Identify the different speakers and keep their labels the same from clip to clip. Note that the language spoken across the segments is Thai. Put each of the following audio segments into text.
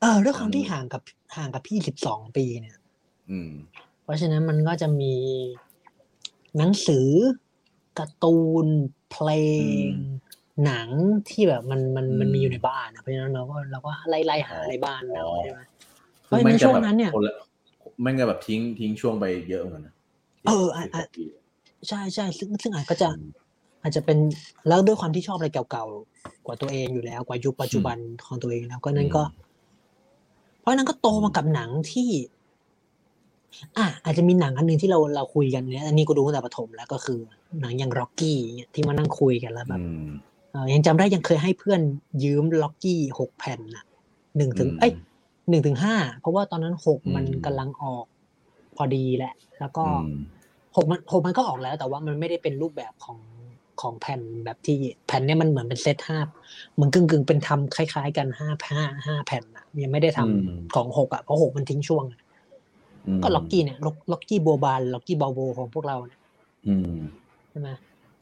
Speaker 1: เออด้วยความที่ห่างกับห่างกับพี่สิบสองปีเนี่ย
Speaker 2: อืม
Speaker 1: เพราะฉะนั้นมันก็จะมีหนังสือการ์ตูนเพลง
Speaker 2: อืม
Speaker 1: หนังที่แบบมันมันมัน
Speaker 2: อืม
Speaker 1: มีอยู่ในบ้านอะเพราะฉะนั้นเราก็เราก็ไล่ไล่หา
Speaker 2: อ๋อ
Speaker 1: ในบ้านเราใช่ไหม
Speaker 2: คือแม่ง
Speaker 1: ในช่
Speaker 2: จะ
Speaker 1: วง
Speaker 2: แบบ
Speaker 1: นั้นเนี่ย
Speaker 2: คนละแม่งจะแบบทิ้งทิ้งช่วงไปเยอะเหมือนกันนะ
Speaker 1: เอออ่ะอ่ะ
Speaker 2: สิบกว่าปี
Speaker 1: ใช่ใช่ซึ่งซึ่งอาจก็จะ
Speaker 2: อืม
Speaker 1: อาจจะเป็นแล้วด้วยความที่ชอบอะไรเก่าๆกว่าตัวเองอยู่แล้ว กว่ายุคปัจจุบันของตัวเองแล้วก็นั้นก็
Speaker 2: อืม
Speaker 1: เพราะฉะนั้นก็โตมากับหนังที่ อ่ะอาจจะมีหนังอันหนึ่งที่เราเราคุยกันเนี่ยอันนี้ก็ดูตั้งแต่ประถมแล้วก็คือ หนังอย่างล็อกกี้ที่มานั่งคุยกันแล้วแบบ
Speaker 2: อืม
Speaker 1: เอ่อยังจำได้ยังเคยให้เพื่อนยืมล็อกกี้หกแผ่นน่ะหนึ่งถึง
Speaker 2: อืม
Speaker 1: เอ้ยหนึ่งถึงห้าเพราะว่าตอนนั้นหกมัน
Speaker 2: อืม
Speaker 1: กำลังออก พอดีแหละ แล้วก็
Speaker 2: อืม
Speaker 1: หกมันหกมันก็ออกแล้ว แต่ว่ามันไม่ได้เป็นรูปแบบของของแผ่นแบบที่แผ่นเนี่ยมันเหมือนเป็นเซตห้าเหมือนกึ่งกึ่งๆเป็นทำคล้าย ๆ กันห้าห้าห้าแผ่นอะยังไม่ได้ทำ
Speaker 2: อืม
Speaker 1: ของหกอะเพราะหกมันทิ้งช่วงอะก็ล็อกกี้เนี่ยล็อกล็อกกี้โบบานล็อกกี้บาโบของพวกเราเนี่ย
Speaker 2: อืม
Speaker 1: ใช่ไหม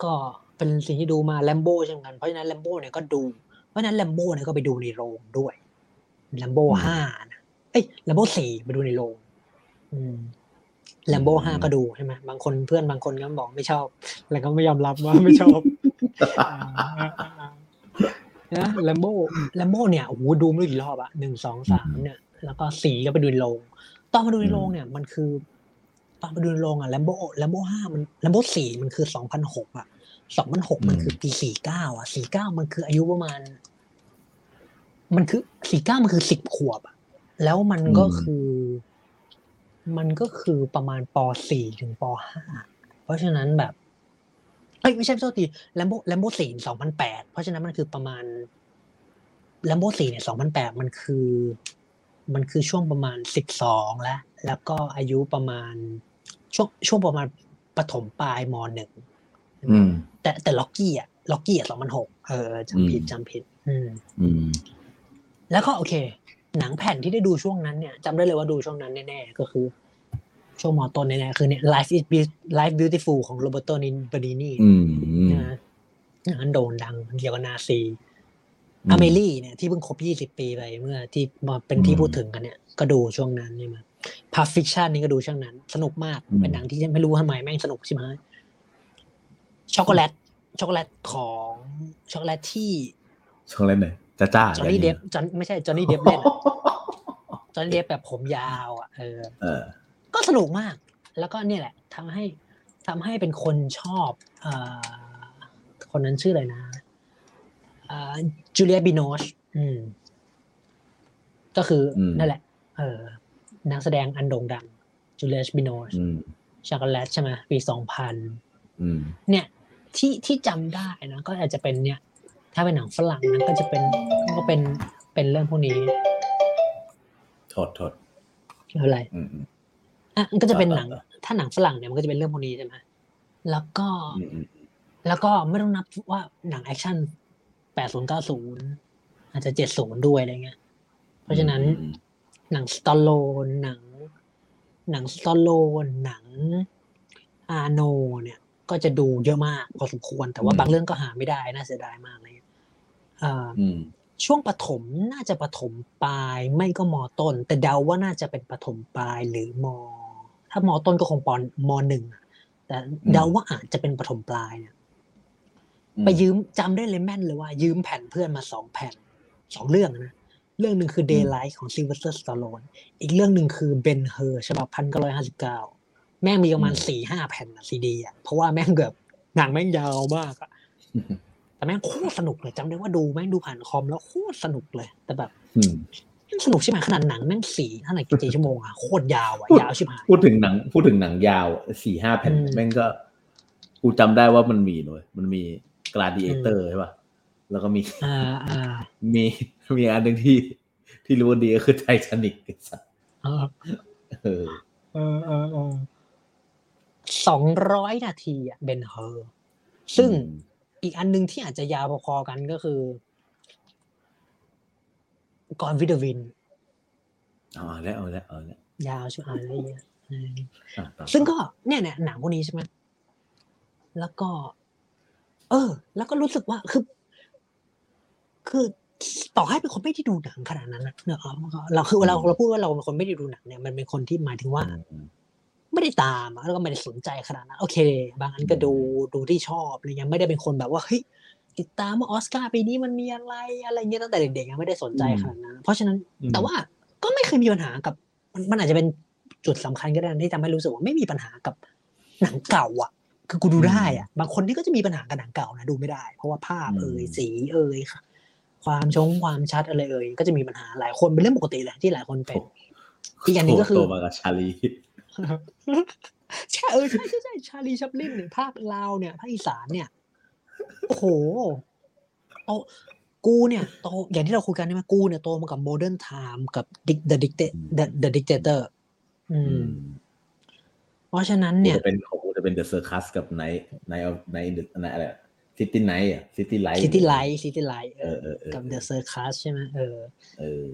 Speaker 1: ก็เป็นสิ่งที่ดูมาแลมโบ้เช่นกันเพราะฉะนั้นแลมโบ้เนี่ยก็ดูเพราะฉะนั้นแลมโบ้เนี่ยก็ไปดูในโรงด้วยแลมโบ้
Speaker 2: อืม
Speaker 1: ห้านะเอ้ยแลมโบ้สี่ไปดูในโรงแลมโบ้ห้าก็ดูใช่ไหมบางคนเพื่อนบางคนก็บอกไม่ชอบ แล้วก็ไม่ยอมรับว่าไม่ชอบ นะแลมโบ้แลมโบ้เนี่ยโอ้โหดูไม่รู้กี่รอบอะหนึ่งสองสามเนี่ย แล้วก็สีก็ไปดูในโรงตอนมาดูในโรงเนี่ย มันคือ ตอนมาดูในโรงอะแลมโบ้แลมโบ้ห้ามันแลมโบ้สี่มันคือสองพันหกอะสองพันหกมันคือปีสี่เก้าอะสี่เก้ามันคืออายุประมาณ มันคือสี่เก้ามันคือสิบขวบอะแล้วมันก็คือ มันก็คือประมาณปสี่ถึงปห้า เพราะฉะนั้นแบบ เอ้ยไม่ใช่โทษทีแลมโบแลมโบสี่สองพันแปดเพราะฉะนั้นมันคือประมาณแลมโบสี่เนี่ยสองพันแปดมันคือ มันคือช่วงประมาณสิบสองแล้ว แล้วก็อายุประมาณ ช่วงช่วงประมาณปฐมปลายมหนึ่ง
Speaker 2: อืม
Speaker 1: แต่แต่ล็อกกี้อ่ะล็อกกี้อ่ะสองพันหกเออจำผิด
Speaker 2: อืม
Speaker 1: จำผิด อืม
Speaker 2: อืม
Speaker 1: แล้วก็โอเค หนังแผ่นที่ได้ดูช่วงนั้นเนี่ยจำได้เลยว่าดูช่วงนั้นแน่ๆก็คือ ช่วงมอต้นแน่ๆคือเนี่ย Life is Be- Life Beautiful ของโรเบ r t โตนินบ i นี
Speaker 2: อืมอืม
Speaker 1: นะฮะอันนั้นโด่งดังเกี่ยวกับนาซี
Speaker 2: อืม
Speaker 1: อเมลี่เนี่ยที่เพิ่งครบยี่สิบปีไปเมื่อที่มาเป็นที่
Speaker 2: อืม
Speaker 1: พูดถึงกันเนี่ย ก็ดูช่วงนั้นใช่ไหมพาฟิคชันนี่ก็ดูช่วงนั้น สนุกมาก
Speaker 2: อืม
Speaker 1: เป็นหนังที่ฉันไม่รู้ทำไมแม่งสนุกใช่ไหมช็อกโกแลตช็อกโกแลตของช็อกโกแลตที่
Speaker 2: ช่วงเล่นไหนจ้าจ้า
Speaker 1: จอห์นนี่เดฟจอห์นไม่ใช่จอห์นนี่เดฟเล่นอะ จอห์นเดฟแบบผมยาวอ่ะเออ
Speaker 2: เออ
Speaker 1: ก็สนุกมาก แล้วก็เนี่ยแหละทำให้ทำให้เป็นคนชอบเอ่อคนนั้นชื่ออะไรนะจูเลียบิโนชอืม ก็คืออ
Speaker 2: ม
Speaker 1: นั่นแหละ เออนักแสดงอันโด่งดังจูเลียบิโนช
Speaker 2: อืม
Speaker 1: ช็อกโกแลตใช่ไหมปีสองพัน
Speaker 2: อืม
Speaker 1: เนี่ยที่ที่จำได้นะก็อาจจะเป็นเนี่ย ถ้าเป็นหนังฝรั่งนะก็จะเป็นก็เป็นเป็นเรื่องพวกนี้
Speaker 2: โทษโทษ
Speaker 1: อะไร
Speaker 2: อืมอืม
Speaker 1: อ่ะมันก็จะเป็นหนัง
Speaker 2: อ่า
Speaker 1: ถ้าหนังฝรั่งเนี่ยมันก็จะเป็นเรื่องพวกนี้ใช่ไหมแล้วก็
Speaker 2: อืมอืม
Speaker 1: แล้วก็ไม่ต้องนับว่าหนังแอคชั่น 80 90 อาจจะ 70 ด้วยอะไรเงี้ย เพราะฉะนั้น
Speaker 2: อืม
Speaker 1: หนังสตอลโลนหนัง หนังสตอลโลนหนังอาโนเนี่ย ก็จะดูเยอะมากพอสมควร แต่ว่าบางเรื่องก็หาไม่ได้น่าเสียดายมากอะไรเลยอ่า
Speaker 2: อืม
Speaker 1: ช่วงปฐมน่าจะปฐมปลายไม่ก็มอต้น แต่เดาว่าน่าจะเป็นปฐมปลายหรือมอ ถ้ามอต้นก็คงปอนมหนึ่งอะแต่เดาว่าอาจจะเป็นปฐมปลายเนี่ย
Speaker 2: อืม
Speaker 1: ไปยืมจำได้เลยแม่นเลยว่า ยืมแผ่นเพื่อนมาสองแผ่นสองเรื่องนะ เรื่องหนึ่งคือ Daylight ของ Sylvester Stallone อีกเรื่องหนึ่งคือเบนเฮอร์ฉบับพันเก้าร้อยห้าสิบเก้าแม่งมีประมาณ
Speaker 2: อืม
Speaker 1: สี่ห้าแผ่นซีดีอ่ะเพราะว่าแม่งแบบหนังแม่งยาวมากอะ แต่แม่งโคตรสนุกเลยจำได้ว่าดูแม่งดูผ่านคอมแล้วโคตรสนุกเลย แต่แบบ
Speaker 2: อืม
Speaker 1: แม่งสนุกใช่ไหมขนาดหนังแม่งสี่เท่าไหร่กี่ชั่วโมงอะโคตรยาว อะยาวชิบหาย
Speaker 2: พูดถึงหนัง พูดถึงหนังยาวสี่ห้าแผ่น
Speaker 1: อืม
Speaker 2: แม่งก็ กูจำได้ว่ามันมีหน่อยมันมีก l าดิเอเตอร์ใช่ป่ะ แล้วก็มี
Speaker 1: อ่าอ่า
Speaker 2: มี มีอันหนึ่ง ที่ที่รู้ว่าดีก็คือไททานิกไอ้สัตว์
Speaker 1: เออ
Speaker 2: เออ
Speaker 1: เออเออเออสองร้อยนาทีอะเบนเฮอร์ซึ่ง
Speaker 2: อืม
Speaker 1: อีกอันหนึงที่อาจจะยาวพอๆกันก็คือก่อนวิดวิน
Speaker 2: เอาแล้วเอาแล้วเอาแล้ว
Speaker 1: ยาวชิบหายเลยอะเออ
Speaker 2: อ่ะต่อ
Speaker 1: ซึ่งก็เนี่ยเนี่ยหนังพวกนี้ใช่ไหมแล้วก็ เออ แล้วก็รู้สึกว่าคือ คือ ต่อให้เป็นคนไม่ได้ดูหนังขนาดนั้นนะเนอะเราคือเราเราพูดว่าเราเป็นคนไม่ได้ดูหนังเนี่ยมันเป็นคนที่หมายถึงว่า ไม่ได้ตามอะแล้วก็ไม่ได้สนใจขนาดนั้นโอเค บางอันก็ดูดูที่ชอบอะไรเงี้ยไม่ได้เป็นคนแบบว่าเฮ้ยติดตามว่าออสการ์ปีนี้มันมีอะไรอะไรเงี้ยตั้งแต่เด็กๆอะไม่ได้สนใจขนาดนั้น เพราะฉะนั้น
Speaker 2: อืม
Speaker 1: แต่ว่าก็ไม่เคยมีปัญหากับ มันมันอาจจะเป็นจุดสำคัญก็ได้นะที่ทำให้รู้สึกว่าไม่มีปัญหากับหนังเก่าอ่ะ คือกูดูได้อ่ะ บางคนที่ก็จะมีปัญหากับหนังเก่านะดูไม่ได้ เพราะว่าภาพ
Speaker 2: อืม
Speaker 1: เอ่ยสีเอ่ยค่ะ ความชงความชัดอะไรเอ่ยก็จะมีปัญหาหลายคนเป็นเรื่องปกติเลยที่หลายคนเป็น อีกอย่างหนึ่งก็คือ
Speaker 2: โตมากับชาลี
Speaker 1: ใช่เออใช่ใช่ใช่ชาลีชัปลินเนี่ยภาคลาวเนี่ยภาคอีสานเนี่ยโอ้โหเอากูเนี่ยโตอย่างที่เราคุยกันใช่ไหมกูเนี่ยโตมากับโมเดิร์นไทม์กับดิกเดอะดิกเตเดอะดิกเตอร์เพราะฉะนั้น
Speaker 2: เนี่
Speaker 1: เนี่ย ย
Speaker 2: เป็นของกูจะเป็นเดอะเซอร์คัสกับไนท์ไนท์เอาไนท์ไนท์อะไรซิตี้ไนท์อ่ะซิตี้ไลท์
Speaker 1: ซิตี้ไลท์ซิตี้ไลท์
Speaker 2: เออเออเออ
Speaker 1: กับเดอะเซอร์คัสใช่ไหมเออ
Speaker 2: เออ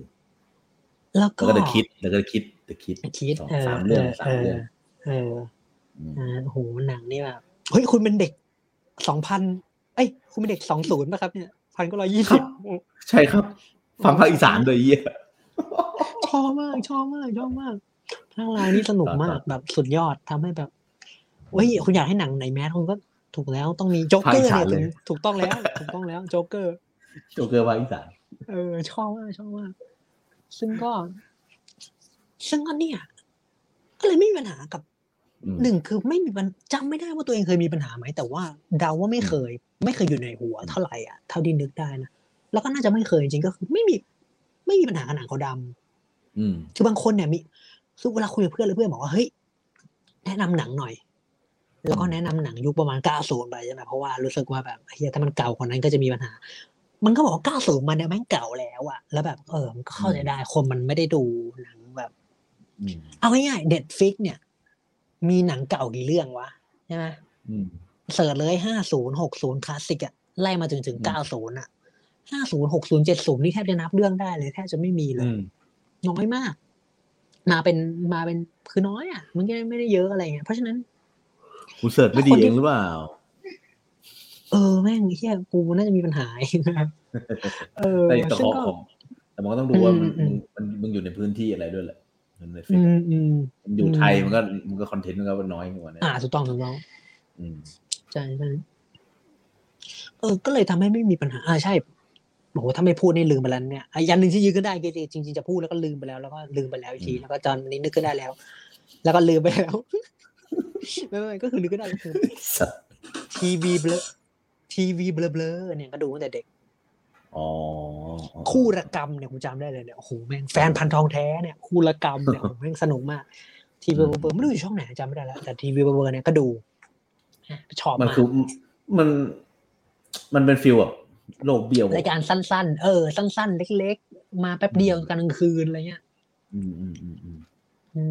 Speaker 1: แล้ว
Speaker 2: แล้
Speaker 1: ก็
Speaker 2: วก็เดอะคิดแล้วก็คิดเดอะคิด
Speaker 1: คิด
Speaker 2: สอง
Speaker 1: เออ
Speaker 2: สามเรื่อง
Speaker 1: เออ
Speaker 2: สามเรื่อง
Speaker 1: เออเออโอ้โหหนังนี่แบบเฮ้ยคุณเป็นเด็กสองพันเอ้ยคุณเป็นเด็กสองศูนย์ป่ะครับเนี่ยพันก็ร้อยยี่สิบ
Speaker 2: ใช่ครับ ฟังภาคอีสานด้วยเยี่ย
Speaker 1: ชอบมากชอบมากชอบมากทั้งรายนี่สนุกมากแบบสุดยอดทำให้แบบเฮ้ยคุณอยากให้หนังไหนแมสคุณก็ถูกแล้วต้องมีโจ๊กเกอร์
Speaker 2: ภาคอีสา
Speaker 1: เนี่
Speaker 2: น
Speaker 1: ย
Speaker 2: เล
Speaker 1: ถึ
Speaker 2: ย
Speaker 1: งถูกต้องแล้ว ถูกต้องแล้วโจ๊กเกอร์
Speaker 2: โจเกอร์ภาคอีสาน
Speaker 1: เออ ชอบมากชอบมากซึ่งก็ ซึ่งก็เนี่ย ก็เลยไม่มีปัญหากับ
Speaker 2: อืม
Speaker 1: หนึ่งคือไม่มีปัญจำไม่ได้ว่าตัวเองเคยมีปัญหาไหมแต่ว่าเดาว่าไม่เคย ไม่เคยอยู่ในหัวเท่าไหร่อ่ะเท่าที่นึกได้นะแล้วก็น่าจะไม่เคยจริงๆก็คือไม่มี ไม่มีปัญหากับหนังเขาวดำ
Speaker 2: อืม
Speaker 1: คือบางคนเนี่ยมีคือเวลาคุยกับเพื่อนแล้วเพื่อนบอกว่าเฮ้ยแนะนำหนังหน่อย แล้วก็แนะนำหนังยุคประมาณ 90 ไปใช่ไหมเพราะว่ารู้สึกว่าแบบเฮียถ้ามันเก่ากว่านั้นก็จะมีปัญหา มันก็บอกว่า 90 มันเนี่ยแม่งเก่าแล้วอะแล้วแบบเออมันก็เข้าใจได้คนมันไม่ได้ดูหนังแบบ
Speaker 2: อืม
Speaker 1: เอาง่ายๆเด็ดฟิกเนี่ย มีหนังเก่ากี่เรื่องวะใช่ไหม
Speaker 2: อืม
Speaker 1: เสิร์ชเลยห้าศูนย์หกศูนย์คลาสสิกอะไล่มาจนถึง
Speaker 2: อืม
Speaker 1: เก้าศูนย์อะห้าศูนย์หกศูนย์เจ็ดศูนย์นี่แทบจะนับเรื่องได้เลยแทบจะไม่มีเล
Speaker 2: อื
Speaker 1: ย
Speaker 2: ม
Speaker 1: น้อยมาก มาเป็นมาเป็นคือน้อยอ่ะ มันก็ไม่ได้เยอะอะไรเงี้ยเพราะฉะนั้น
Speaker 2: คุณเสิร์ชไม่ดีเองหรือเปล่า
Speaker 1: เออแม่งเฮียกูน่าจะมีปัญหา เองนะเออ
Speaker 2: แต่แต่
Speaker 1: ซึ่
Speaker 2: ข
Speaker 1: ง
Speaker 2: อ
Speaker 1: ก็
Speaker 2: ของแต่มันก็ต้องดูว่ามัน
Speaker 1: อืม
Speaker 2: มันมันอยู่ในพื้นที่อะไรด้วยแหละมันในเฟ
Speaker 1: อื
Speaker 2: ซ
Speaker 1: มอืม
Speaker 2: มันอยู่
Speaker 1: อืม
Speaker 2: ไทยมันก็มันก็คอนเทนต์มันก็น้อยกว่าเนี่ย
Speaker 1: อ่าถูกต้องถูกต้อง
Speaker 2: อืม
Speaker 1: ใช่ใช่เออ ก็เลยทำให้ไม่มีปัญหาอ่าใช่โอ้โหถ้าไม่พูดนี่ลืมไปแล้วเนี่ยอ่ะยันหนึ่งที่ยืนก็ได้เกจิจริงๆจะพูดแล้วก็ลืมไปแล้วแล้วก็ลืมไปแล้วอีกที
Speaker 2: อืม
Speaker 1: แล้วก็ตอนนี้นึกก็ได้แล้ว แล้วก็ลืมไปแล้ว ไม่ไม่ไม่ก็คือนึกก็ได้ก็คือ
Speaker 2: สัตว์
Speaker 1: ทีวีเบลอทีวีเบลอๆเนี่ยก็ดูตั้งแต่เด็ก
Speaker 2: อ๋อ
Speaker 1: คู่ระกรรมเนี่ยกูจำได้เลยเนี่ยโอ้โหแม่งแฟนพันธ์ทองแท้เนี่ยคู่ระกรรม เนี่ยโอ้โหแม่งสนุกมาก ทีวีเบลอๆไม่รู้อยู่ช่องไหนจำไม่ได้แล้วแต่ทีวีเบลอๆเนี่ยก็ดูอ่ะชอบ
Speaker 2: มัน
Speaker 1: มาก
Speaker 2: คือมัน มันเป็นฟิลแบบโลกเบี้ยว
Speaker 1: รายการสั้น ๆ เออ สั้น ๆ เล็ก ๆ มาแป๊บเดียวกลางคืนอะไรเงี้ย
Speaker 2: อืมอืมอืมอืม
Speaker 1: อืม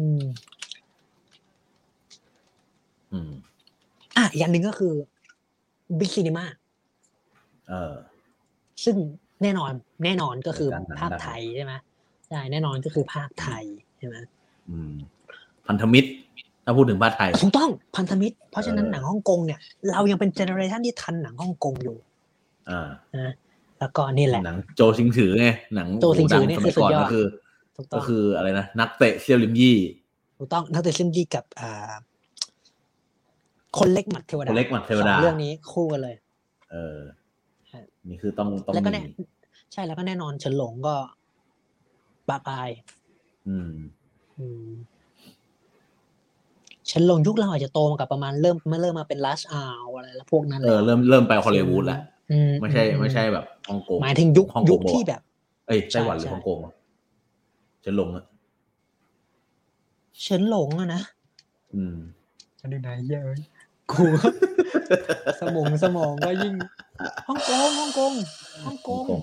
Speaker 2: อืม
Speaker 1: อ่ะอีกอย่างหนึ่งก็คือบิ๊กซีนีมา
Speaker 2: เออ
Speaker 1: ซึ่งแน่นอน แน่นอนก็คือ
Speaker 2: รายการหนัง
Speaker 1: ภาพไทยใช่ไหมใช่แน่นอนก็คือภาพไทยใช่ไหม
Speaker 2: อืม พันธมิตร ถ้าพูดถึงบ้านไทย
Speaker 1: ถูกต้องพันธมิตร เพราะฉะนั้น
Speaker 2: เออ
Speaker 1: หนังฮ่องกงเนี่ย เรายังเป็นเจเนอเรชันที่ทันหนังฮ่องกงอยู่
Speaker 2: อ่า
Speaker 1: แล้วก็นี่แหละ
Speaker 2: หนังโจชิงถือไงหนัง
Speaker 1: โจซิงถือ
Speaker 2: ห
Speaker 1: นี่
Speaker 2: ง
Speaker 1: คือ
Speaker 2: สมัก่อน
Speaker 1: สุดยอด
Speaker 2: ก็คือ
Speaker 1: ถูกต้
Speaker 2: ก็
Speaker 1: อง
Speaker 2: คืออะไรนะนักเตะเซียวลิมยี่
Speaker 1: ถูกต้องนักเตะเส้นดีกับอ่า คนเล็กหมัดเทว
Speaker 2: ค
Speaker 1: ดาน
Speaker 2: เล็กหมัดเทวดา
Speaker 1: สองเรื่องนี้คู่กันเลย
Speaker 2: เออ
Speaker 1: ใช่
Speaker 2: นี่คือต้องต้อง
Speaker 1: แล้วก็แน่
Speaker 2: มี
Speaker 1: ใช่แล้วก็แน่นอนเฉินหลงก็ปาปลาย
Speaker 2: อืม
Speaker 1: อืมเฉินหลงยุคเราอาจจะโตมากับประมาณเริ่มเมื่อเริ่มมาเป็นลัชอาวอะไรแล้วพวกนั้น
Speaker 2: เอ
Speaker 1: แหละ
Speaker 2: อเริ่มเริ่มไปฮอลลีวูดแล้ว
Speaker 1: อื
Speaker 2: ไม่ใช่ ไม่ใช่แบบฮ่องกง
Speaker 1: หมายถึงยุค
Speaker 2: ฮ่องกง
Speaker 1: ยุค
Speaker 2: บอก
Speaker 1: ที่แบบ
Speaker 2: เอ้ยไต้หวันหรือฮ่องกงวะจะลงอ่ะ
Speaker 1: เฉินหลงอะนะ
Speaker 2: อืม
Speaker 1: จะดูไหนเยอะกู สมองสมองก็ยิ่งฮ่องกงฮ่องกงฮ่องก
Speaker 2: ฮ่อง
Speaker 1: ง
Speaker 2: กง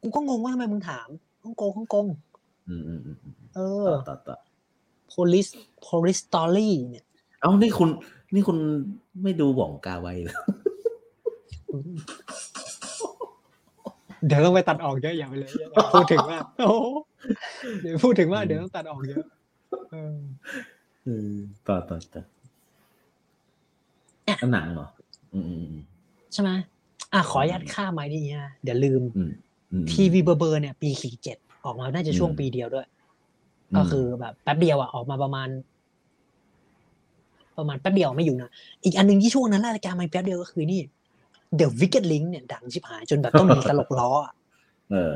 Speaker 1: กูก็งงว่าทำไมมึงถามฮ่องกงฮ่องกง
Speaker 2: อืมอืมอืมอืม
Speaker 1: เออ
Speaker 2: ต่อต่อต่อ
Speaker 1: police police story เนี่ย
Speaker 2: เอ้านี่คุณ นี่คุณไม่ดูหว่องกาไวเหรอ
Speaker 1: อืมเดี๋ยวต้องไปตัดออกเยอะอย่าไปเลยอย่าพูดถึงว่าโอ้โหเดี๋ยวพูดถึงว่าเดี๋ยวต้องตัดออกเยอะเออ
Speaker 2: อืมต่อต่อต่อ
Speaker 1: อ่ะ
Speaker 2: อันหนังเหรอ อืมอืมอืม
Speaker 1: ใช่ไหมอ่ะขออนุญาตข้ามไม้นี่นะเดี๋ยวลืม
Speaker 2: อืม อืม
Speaker 1: ทีวีเบอร์เบอร์เนี่ยปีสี่เจ็ดออกมาน่าจะช่วง
Speaker 2: อืม
Speaker 1: ปีเดียวด้วย ก็คือแบบแป๊บเดียวอ่ะออกมาประมาณ ประมาณแป๊บเดียวไม่อยู่นะอีกอันหนึ่งที่ช่วงนั้นรายการมันแป๊บเดียวก็คือนี่ The Wicked Link เนี่ยดังชิบหายจนแบบต้องมีตลกล้ออะ
Speaker 2: เออ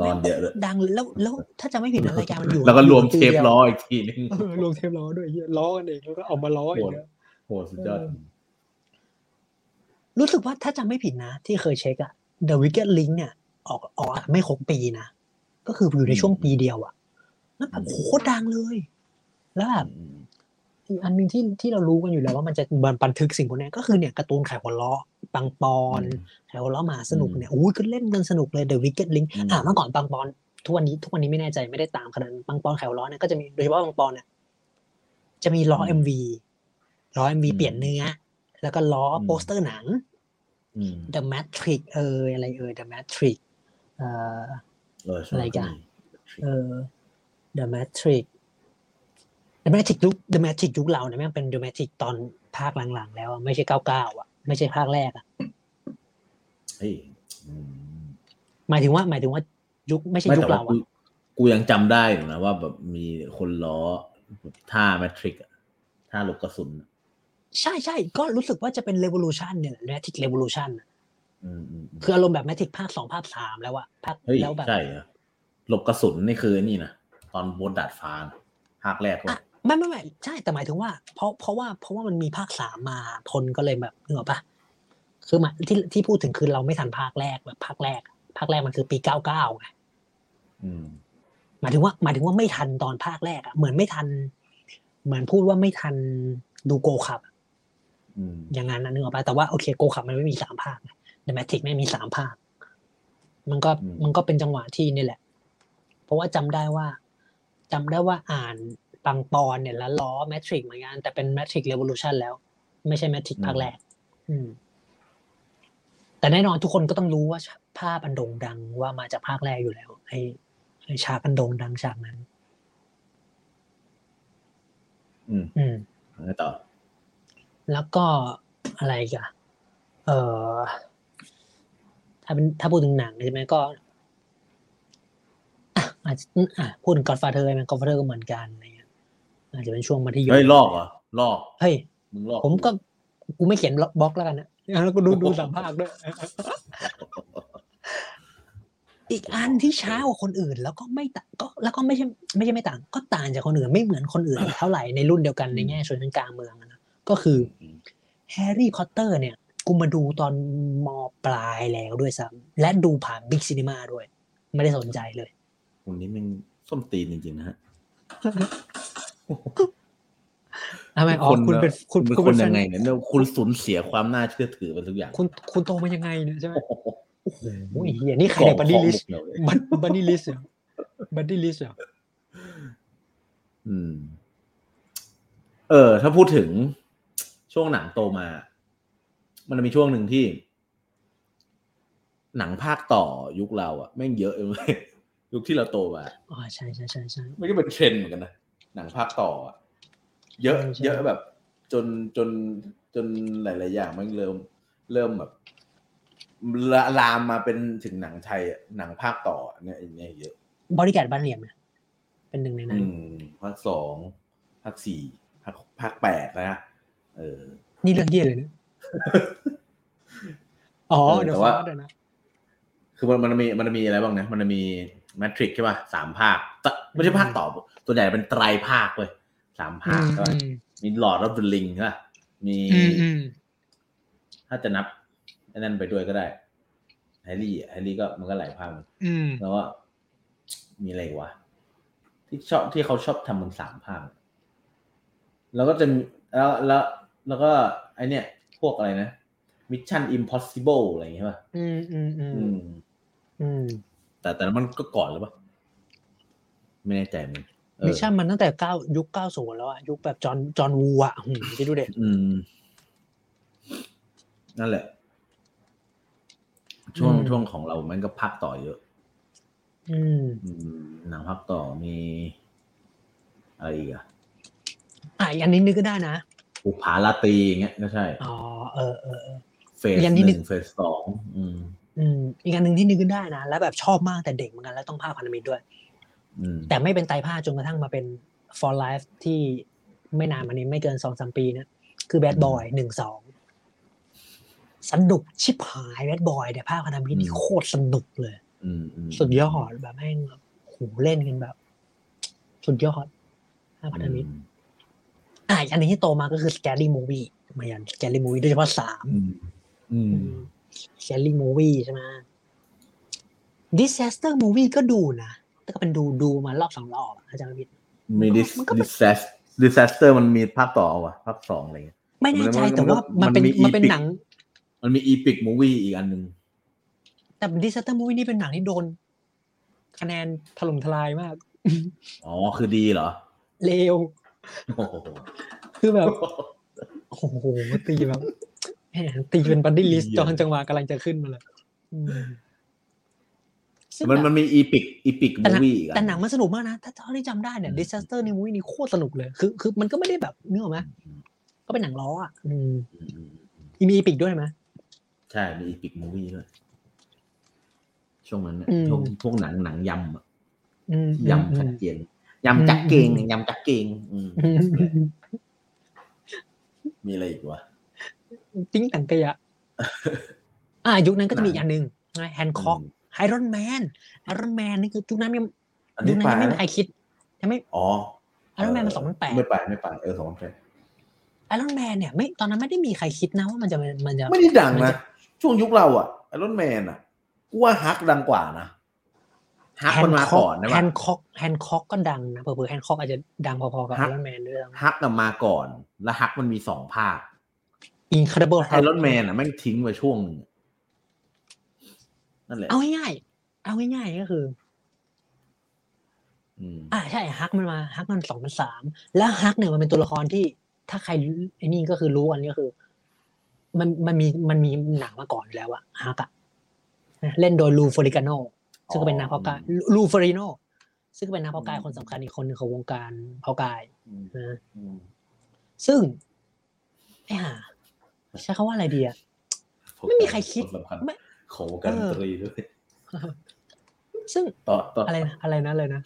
Speaker 2: ร้อนเยอะเลย
Speaker 1: ดังแล้วแล้วถ้าจะไม่ผิด นะรายการมันอยู่
Speaker 2: แล้วก็รวมเทป
Speaker 1: ดีย
Speaker 2: ล้ออีกทีนึง
Speaker 1: เออรวมเทปล้อด้วยเหี้ยล้อกันเองแล้วก็เอามาล้ออีกเนอะ
Speaker 2: โหสุดยอด
Speaker 1: รู้สึกว่าถ้าจำไม่ผิดนะ ที่เคยเช็คอะ The Wicked Link เนี่ย ออกออกอากาศไม่ครบปีนะก็คืออยู่ในช่วงปีเดียวอะแล้วแบบโคตรดังเลย แล้วแบบ
Speaker 2: อืม
Speaker 1: อีกอันหนึ่งที่ที่เรารู้กันอยู่แล้วว่ามันจะมันบันทึกสิ่งพวกนี้ก็คือเนี่ยการ์ตูนขายหัวล้อปังปอนขายหัวล้อหมาสนุกเนี่ยอู้ยก็เล่นกันสนุกเลย The Wicked Link
Speaker 2: อืม
Speaker 1: อ่าเมื่อก่อนปังปอนทุกวันนี้ทุกวันนี้ไม่แน่ใจไม่ได้ตามขนาดนั้นปังปอนขายหัวล้อเนี่ยก็จะมีโดยเฉพาะปังปอนเนี่ยจะมีล้อ
Speaker 2: อืม
Speaker 1: MV ล้อ MV
Speaker 2: อืม
Speaker 1: เปลี่ยนเนื้อ แล้วก็ล้ออ
Speaker 2: ม
Speaker 1: โปสเตอร์หนัง
Speaker 2: อืม
Speaker 1: The Matrix เอออะไรเออ The Matrix เอ่อ
Speaker 2: เออใช่
Speaker 1: อะไรกัน เออ The Matrix The Matrix ยุค The Matrix ยุคเราเนี่ยแม่งเป็น The Matrix ตอนภาคหลังๆ แล้วอะไม่ใช่เก้าเก้าอ่ะ ไม่ใช่ภาคแรกอ่ะ
Speaker 2: เฮ้ยอืม
Speaker 1: หมายถึงว่าหมายถึงว่ายุคไม่ใช่
Speaker 2: ไม่
Speaker 1: ยุค
Speaker 2: แต่ว่า
Speaker 1: เรา
Speaker 2: กู
Speaker 1: อ่ะ
Speaker 2: กูยังจำได้อยู่นะว่าแบบมีคนล้อแบบท่าแมทริกอะท่าหลบกระสุนอะ
Speaker 1: ใช่ใช่ก็รู้สึกว่าจะเป็น Revolution เนี่ย Matrix Revolution อะ
Speaker 2: อืมอืมอืม
Speaker 1: คืออารมณ์แบบ Matrix ภาคสองภาคสามแล้วอ่ะภาค
Speaker 2: เฮ้ย
Speaker 1: แล้วแบบ
Speaker 2: ใช่เหรอหลบกระสุนนี่คือนี่นะตอนบนดาดฟ้านะภาคแรกเลย
Speaker 1: อ่ะไม่ไม่ไม่ใช่แต่หมายถึงว่า เพราะเพราะว่าเพราะว่ามันมีภาคสามมาคนก็เลยแบบนึกออกปะคือหมายที่ที่พูดถึงคือเราไม่ทันภาคแรกแบบภาคแรกอะภาคแรกมันคือปีเก้าเก้าไง
Speaker 2: อืม
Speaker 1: หมายถึงว่าหมายถึงว่าไม่ทันตอนภาคแรกอะเหมือนไม่ทัน เหมือนพูดว่าไม่ทันดูโกขับ
Speaker 2: อืม
Speaker 1: อย่างนั้นนะนึกออกปะแต่ว่าโอเคโกขับมันไม่มีสามภาคเดอะแมทริกไม่มีสามภาค มันก็มันก็เป็นจังหวะที่นี่แหละ เพราะว่าจำได้ว่าจำได้ว่าอ่านปังปอนเนี่ยแล้วล้อแมทริกเหมือนกันแต่เป็นแมทริกเรว l ลูชันแล้ว ไม่ใช่แมทริกภาคแรก อืม แต่แน่นอนทุกคนก็ต้องรู้ว่าภาพอันโด่งดังว่ามาจากภาคแรกอยู่แล้วไอ้ไอ้ฉากอันโด่งดังฉากนั้น
Speaker 2: อืม
Speaker 1: อืม
Speaker 2: แล้วไงต่อ
Speaker 1: แล้วก็อะไรอีกันเออถ้าเป็นถ้าพูดถึงหนังใช่ไหมก็อ่ะอาจจะอ่ะพูดถึง Godfather ไหม Godfather ก็เหมือนกันอะไรเงี้ยอาจจะเป็นช่วงมัธยม
Speaker 2: เฮ้ยลอกเหรอลอก
Speaker 1: เฮ้ย
Speaker 2: มึงลอก
Speaker 1: ผมก็กูไม่เขียนบล็อกแล้วกันนะแล้วก็ดูดูสามภาคด้วย อีกอันที่ช้ากว่าคนอื่น แล้วก็ไม่ต่างก็แล้วก็ไม่ใช่ไม่ใช่ไม่ต่าง ก็ต่างจากคนอื่นไม่เหมือนคนอื่นเท่าไหร่ในรุ่นเดียวกันในแง่ชนชั้นกลางเมืองอะนะก็คือ แฮร์รี่พอตเตอร์เนี่ย กูมาดูตอนมปลายแล้วด้วยซ้ำและดูผ่านบิ๊กซีนีมาด้วย ไม่ได้สนใจเลย
Speaker 2: คนนี้มันส้มตีนจริงๆนะฮะ
Speaker 1: ทำไมอ๋อ
Speaker 2: คน
Speaker 1: คุณเป็น
Speaker 2: แบบ
Speaker 1: คุณ
Speaker 2: เป็น
Speaker 1: คุณ
Speaker 2: ค
Speaker 1: เป็น นแฟ
Speaker 2: ยั
Speaker 1: น
Speaker 2: งไงเนี่ยเนี่ยคุณสูญเสียความน่าเชื่อถือไปทุกอย่าง
Speaker 1: คุณคุณโตมายังไงเนี่ยใช่ไหม
Speaker 2: โอ้โห
Speaker 1: โอ้โหไอ้เฮียนี่ใครเนี่ยบันดี้ลิส
Speaker 2: กล่องของหมดเลย
Speaker 1: บันบันดี้ลิสเหรอบันดี้ลิสเหรอ
Speaker 2: อืม เออ ถ้าพูดถึงช่วงหนังโตมา มันมีช่วงหนึ่งที่ หนังภาคต่อยุคเราอะแม่งเยอะเลย ยุคที่เราโตมา
Speaker 1: อ๋อใช่ใช่ใช่ใช่
Speaker 2: มันก็เป็นเทรนด์เหมือนกันนะหนังภาคต่ออะเยอะ
Speaker 1: ใช่ใช่
Speaker 2: เยอะแบบ จนจนจนหลาย ๆ อย่างมันเริ่ม เริ่มแบบละลามมาเป็นถึงหนังไทยอะหนังภาคต่ออะเนี่ยเนี่ยเยอะ
Speaker 1: บริการดบ้านเหลี่ยมนะเป็นหนึ่งในนั้น
Speaker 2: อืมภาคสองภาคสี่ภาคภาคแปดนะเออ
Speaker 1: นี่เรื่องเฮีย เลยนะอ๋อ
Speaker 2: เออ
Speaker 1: เดี๋ยว
Speaker 2: แต่
Speaker 1: ฟา
Speaker 2: ว่า
Speaker 1: ดนะ
Speaker 2: คือมันมันมีมันมีอะไรบ้างนะ มันมีแมทริกใช่ป่ะสามภาคแต่ไม่ใช่ภาคต่อตัวนใหญ่เป็นไตรภาคเลยสามภาคใช่ปะมีหลอดรับดลิงใช่ป่ะมี
Speaker 1: อืมอืม
Speaker 2: ถ้าจะนับไอ้นั่นไปด้วยก็ได้แฮร์รี่อะแฮร์รี่ก็มันก็หลายภาคนะ
Speaker 1: อืม
Speaker 2: แล้วก็มีอะไรอีกวะที่ชอบที่เขาชอบทำมันสามภาคแล้วก็จะมีแล้วแล้วแล้วก็ไอเนี่ย พวกอะไรนะมิชชั่นอิมพอสิเบิลอะไรอย่างเงี้ยป่ะ
Speaker 1: อืมอืมอืม
Speaker 2: อืม
Speaker 1: อืม
Speaker 2: แต่แต่มันก็ก่อนหรือเปล่าไม่แน่ใจเหมันเออ
Speaker 1: มิชชั่นมันตั้งแต่เก้ายุคเก้าูแล้วอะยุคแบบจอห์นจอห์นวูอะหืมคิดดูเด็ก
Speaker 2: อืม นั่นแหละ ช่วงช่วงของเรามันก็พักต่อเยอะ
Speaker 1: อืม
Speaker 2: อืมหนังภาคต่อมีอะไรอีกอะ
Speaker 1: อ่ะอีกอันนี้นึกก็ได้นะ
Speaker 2: บุปผาลาตรีอย่างเงี้ยก็ใช่
Speaker 1: อ๋อเออเออเออ
Speaker 2: เฟส
Speaker 1: อย่างที่
Speaker 2: ห
Speaker 1: นึ
Speaker 2: นึ่
Speaker 1: ก
Speaker 2: งเฟสสองอืม
Speaker 1: อืมอีกอันหนึ่งที่นึกขึ้นได้นะแล้วแบบชอบมากแต่เด็กเหมือนกันแล้วต้องภาคพันธมิตรด้วย
Speaker 2: อืม
Speaker 1: แต่ไม่เป็นไตรภาคจนกระทั่งมาเป็น for life ที่ไม่นานมานี้ไม่เกินสองสามปีเนะคือ bad boy หนึ่งสองสนุกชิบหาย bad boy แต่ยภาคพันธมิตรนี่โคตรสนุกเลย
Speaker 2: อืมอืม
Speaker 1: สุดยอดแบบแม่งแบบโหเล่นกันแบบ สุดยอดภาคพันธมิตร อ่ะอีกอันหนึงที่โตมาก็คือ scary movie เหมือนกัน scary movie โดยเฉพาะสาม
Speaker 2: อืมอืม
Speaker 1: เชลลี่มูวี่ใช่ไหม disaster movie ก็ดูนะ แต่ก็เป็นดูดูมารอบสองรอบอะอาจารย์วิทย์
Speaker 2: มีดิส
Speaker 1: มันก็เป็น
Speaker 2: ดิสดิสเตอร์มันมีภาคต่อเอาวะภาคสองอะไรเงี้ย
Speaker 1: ไม่แน่ใจ
Speaker 2: มั
Speaker 1: แต่
Speaker 2: นก็
Speaker 1: ว่ามันเป็น
Speaker 2: มั
Speaker 1: มัน
Speaker 2: มี
Speaker 1: นเป็นหนัง
Speaker 2: มันมีอีพิกมูวี่อีกอันหนึ่ง
Speaker 1: แต่ disaster movie นี่เป็นหนังที่โดน คะแนนถล่มทลายมาก
Speaker 2: อ๋อ คือดี เหรอ
Speaker 1: เลว
Speaker 2: โอ้โห
Speaker 1: คือแบบ โอ้โห ตีแบบแหมตีเป็นบัดดี้ลิสจอนจังหวะกำลังจะขึ้นมาเลยอืมซึ่ง
Speaker 2: มัน
Speaker 1: แบบ
Speaker 2: มันมีอีพิกอีพิก
Speaker 1: แต่หนัง
Speaker 2: มูวี่อีกอั
Speaker 1: แต่
Speaker 2: น
Speaker 1: หนังมันสนุกมากนะ ถ้าเท่าที่จำได้เนี่ย
Speaker 2: อืม
Speaker 1: disaster ในมูวี่นี่โคตรสนุกเลย คือ คือมันก็ไม่ได้แบบนึกออกไหมก็เป็นหนังล้ออ่ะอืม
Speaker 2: อืมอืมอืม
Speaker 1: มีอีพิกด้วยไหม
Speaker 2: ใช่ มีอีพิกมูวี่ด้วย ช่วงนั้นน่ะ
Speaker 1: อืม
Speaker 2: ช่วงพวกหนังหนังยำอะ
Speaker 1: อืม
Speaker 2: ยำชัด
Speaker 1: อืม
Speaker 2: เจน
Speaker 1: อืม
Speaker 2: ยำจักเกง
Speaker 1: อืม
Speaker 2: ยำจักเกงอืม
Speaker 1: อืม
Speaker 2: มีอะไรอีกวะ
Speaker 1: ติ้งตังกะยะ อ่า ยุคนั้นก็จะมีอีกอันหนึ่งแฮนค็อก
Speaker 2: อืม
Speaker 1: ไอรอนแมนไอรอนแมนนี่คือยุคนั้นยัง
Speaker 2: อัน
Speaker 1: ยุ
Speaker 2: นี้
Speaker 1: คนั้นยัง
Speaker 2: ไป
Speaker 1: ไม่มีใครคิดยังไม่
Speaker 2: อ๋อ
Speaker 1: ไอรอนแมนมันสองพันแปด
Speaker 2: ไม่ไปไม่ไปเออสองพันแปด
Speaker 1: ไอรอนแมนเนี่ยไม่ตอนนั้นไม่ได้มีใครคิดนะว่ามันจะมันจะ
Speaker 2: ไม่ได้ดัง
Speaker 1: มัน
Speaker 2: นะ
Speaker 1: จะ
Speaker 2: ช่วงยุคเราอะไอรอนแมนอะกูว่าฮักดังกว่านะฮักมันมาก่อนนะ
Speaker 1: แฮ
Speaker 2: วะ
Speaker 1: นค็อกแฮนค็อกก็ดังนะเผลอๆแฮนค็อกอาจจะดังพอๆกับไอ
Speaker 2: Hancock
Speaker 1: รอนแมนด้วย
Speaker 2: ฮักน่ะมาก่อน แล้วฮักมันมีสองภาค
Speaker 1: Incredible
Speaker 2: ไอ
Speaker 1: Hulk
Speaker 2: รอนแมนอ่ะแม่งทิ้งไปช่วงหนึ่งนั่นแหละ
Speaker 1: เอาง่ายๆเอาง่ายๆก็คือ
Speaker 2: อืม
Speaker 1: อ่าใช่ฮักมันมาฮักมันสองพันสามแล้วฮักเนี่ยมันเป็นตัวละครที่ถ้าใครไอ้นี่ก็คือรู้อันนี้ก็คือ มันมันมีมันมีหนังมาก่อนอยู่แล้วอะฮักอะเล่นโดยลูฟอริกาโนซึ่งก็เป็นนักเพากายลูฟอริโนซึ่งก็เป็นนักเพากายคนสำคัญอีกคนหนึ่งของวงการเพากาย
Speaker 2: อืม
Speaker 1: นะ
Speaker 2: อืม
Speaker 1: ซึ่งไอ้ห่าใช้คำว่าอะไรดีอะ ไม่มีใครคิด
Speaker 2: นสำญ
Speaker 1: ไม่
Speaker 2: ของวงการ
Speaker 1: เอ
Speaker 2: ด
Speaker 1: อ
Speaker 2: นตรีด้วย
Speaker 1: ซึ่ง
Speaker 2: ต่อต่อ
Speaker 1: อะไรนะอะไรนะเลยนะ